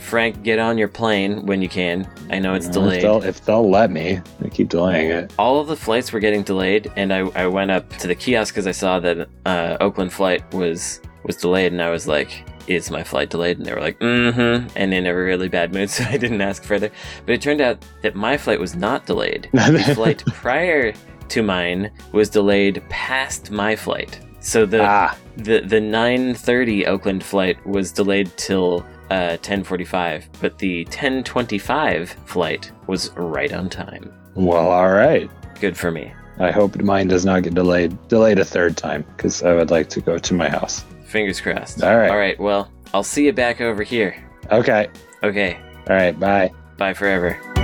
Speaker 9: frank get on your plane when you can i know it's
Speaker 12: If
Speaker 9: delayed
Speaker 12: they'll, if they'll let me, they keep delaying it.
Speaker 9: all of the flights were getting delayed, and I, I went up to the kiosk because I saw that uh, Oakland flight was was delayed, and I was like, "Is my flight delayed?" And they were like, "Mm-hmm," and in a really bad mood, so I didn't ask further. But it turned out that my flight was not delayed. the flight prior to mine was delayed past my flight, so the the the nine thirty Oakland flight was delayed till. Uh, 10:45, but the 10:25 flight was right on time.
Speaker 12: Well, all right.
Speaker 9: Good for me.
Speaker 12: I hope mine does not get delayed delayed a third time because I would like to go to my house.
Speaker 9: Fingers crossed.
Speaker 12: All right.
Speaker 9: All right. Well, I'll see you back over here.
Speaker 12: Okay.
Speaker 9: Okay.
Speaker 12: All right. Bye.
Speaker 9: Bye forever.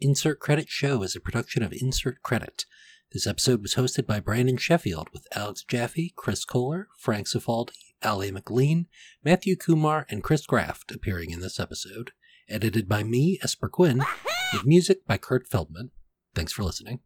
Speaker 13: Insert Credit Show is a production of Insert Credit. This episode was hosted by Brandon Sheffield with Alex Jaffe, Chris Kohler, Frank Cifaldi, Ali McLean, Matthew Kumar, and Chris Graft appearing in this episode. Edited by me, Esper Quinn, with music by Kurt Feldman. Thanks for listening.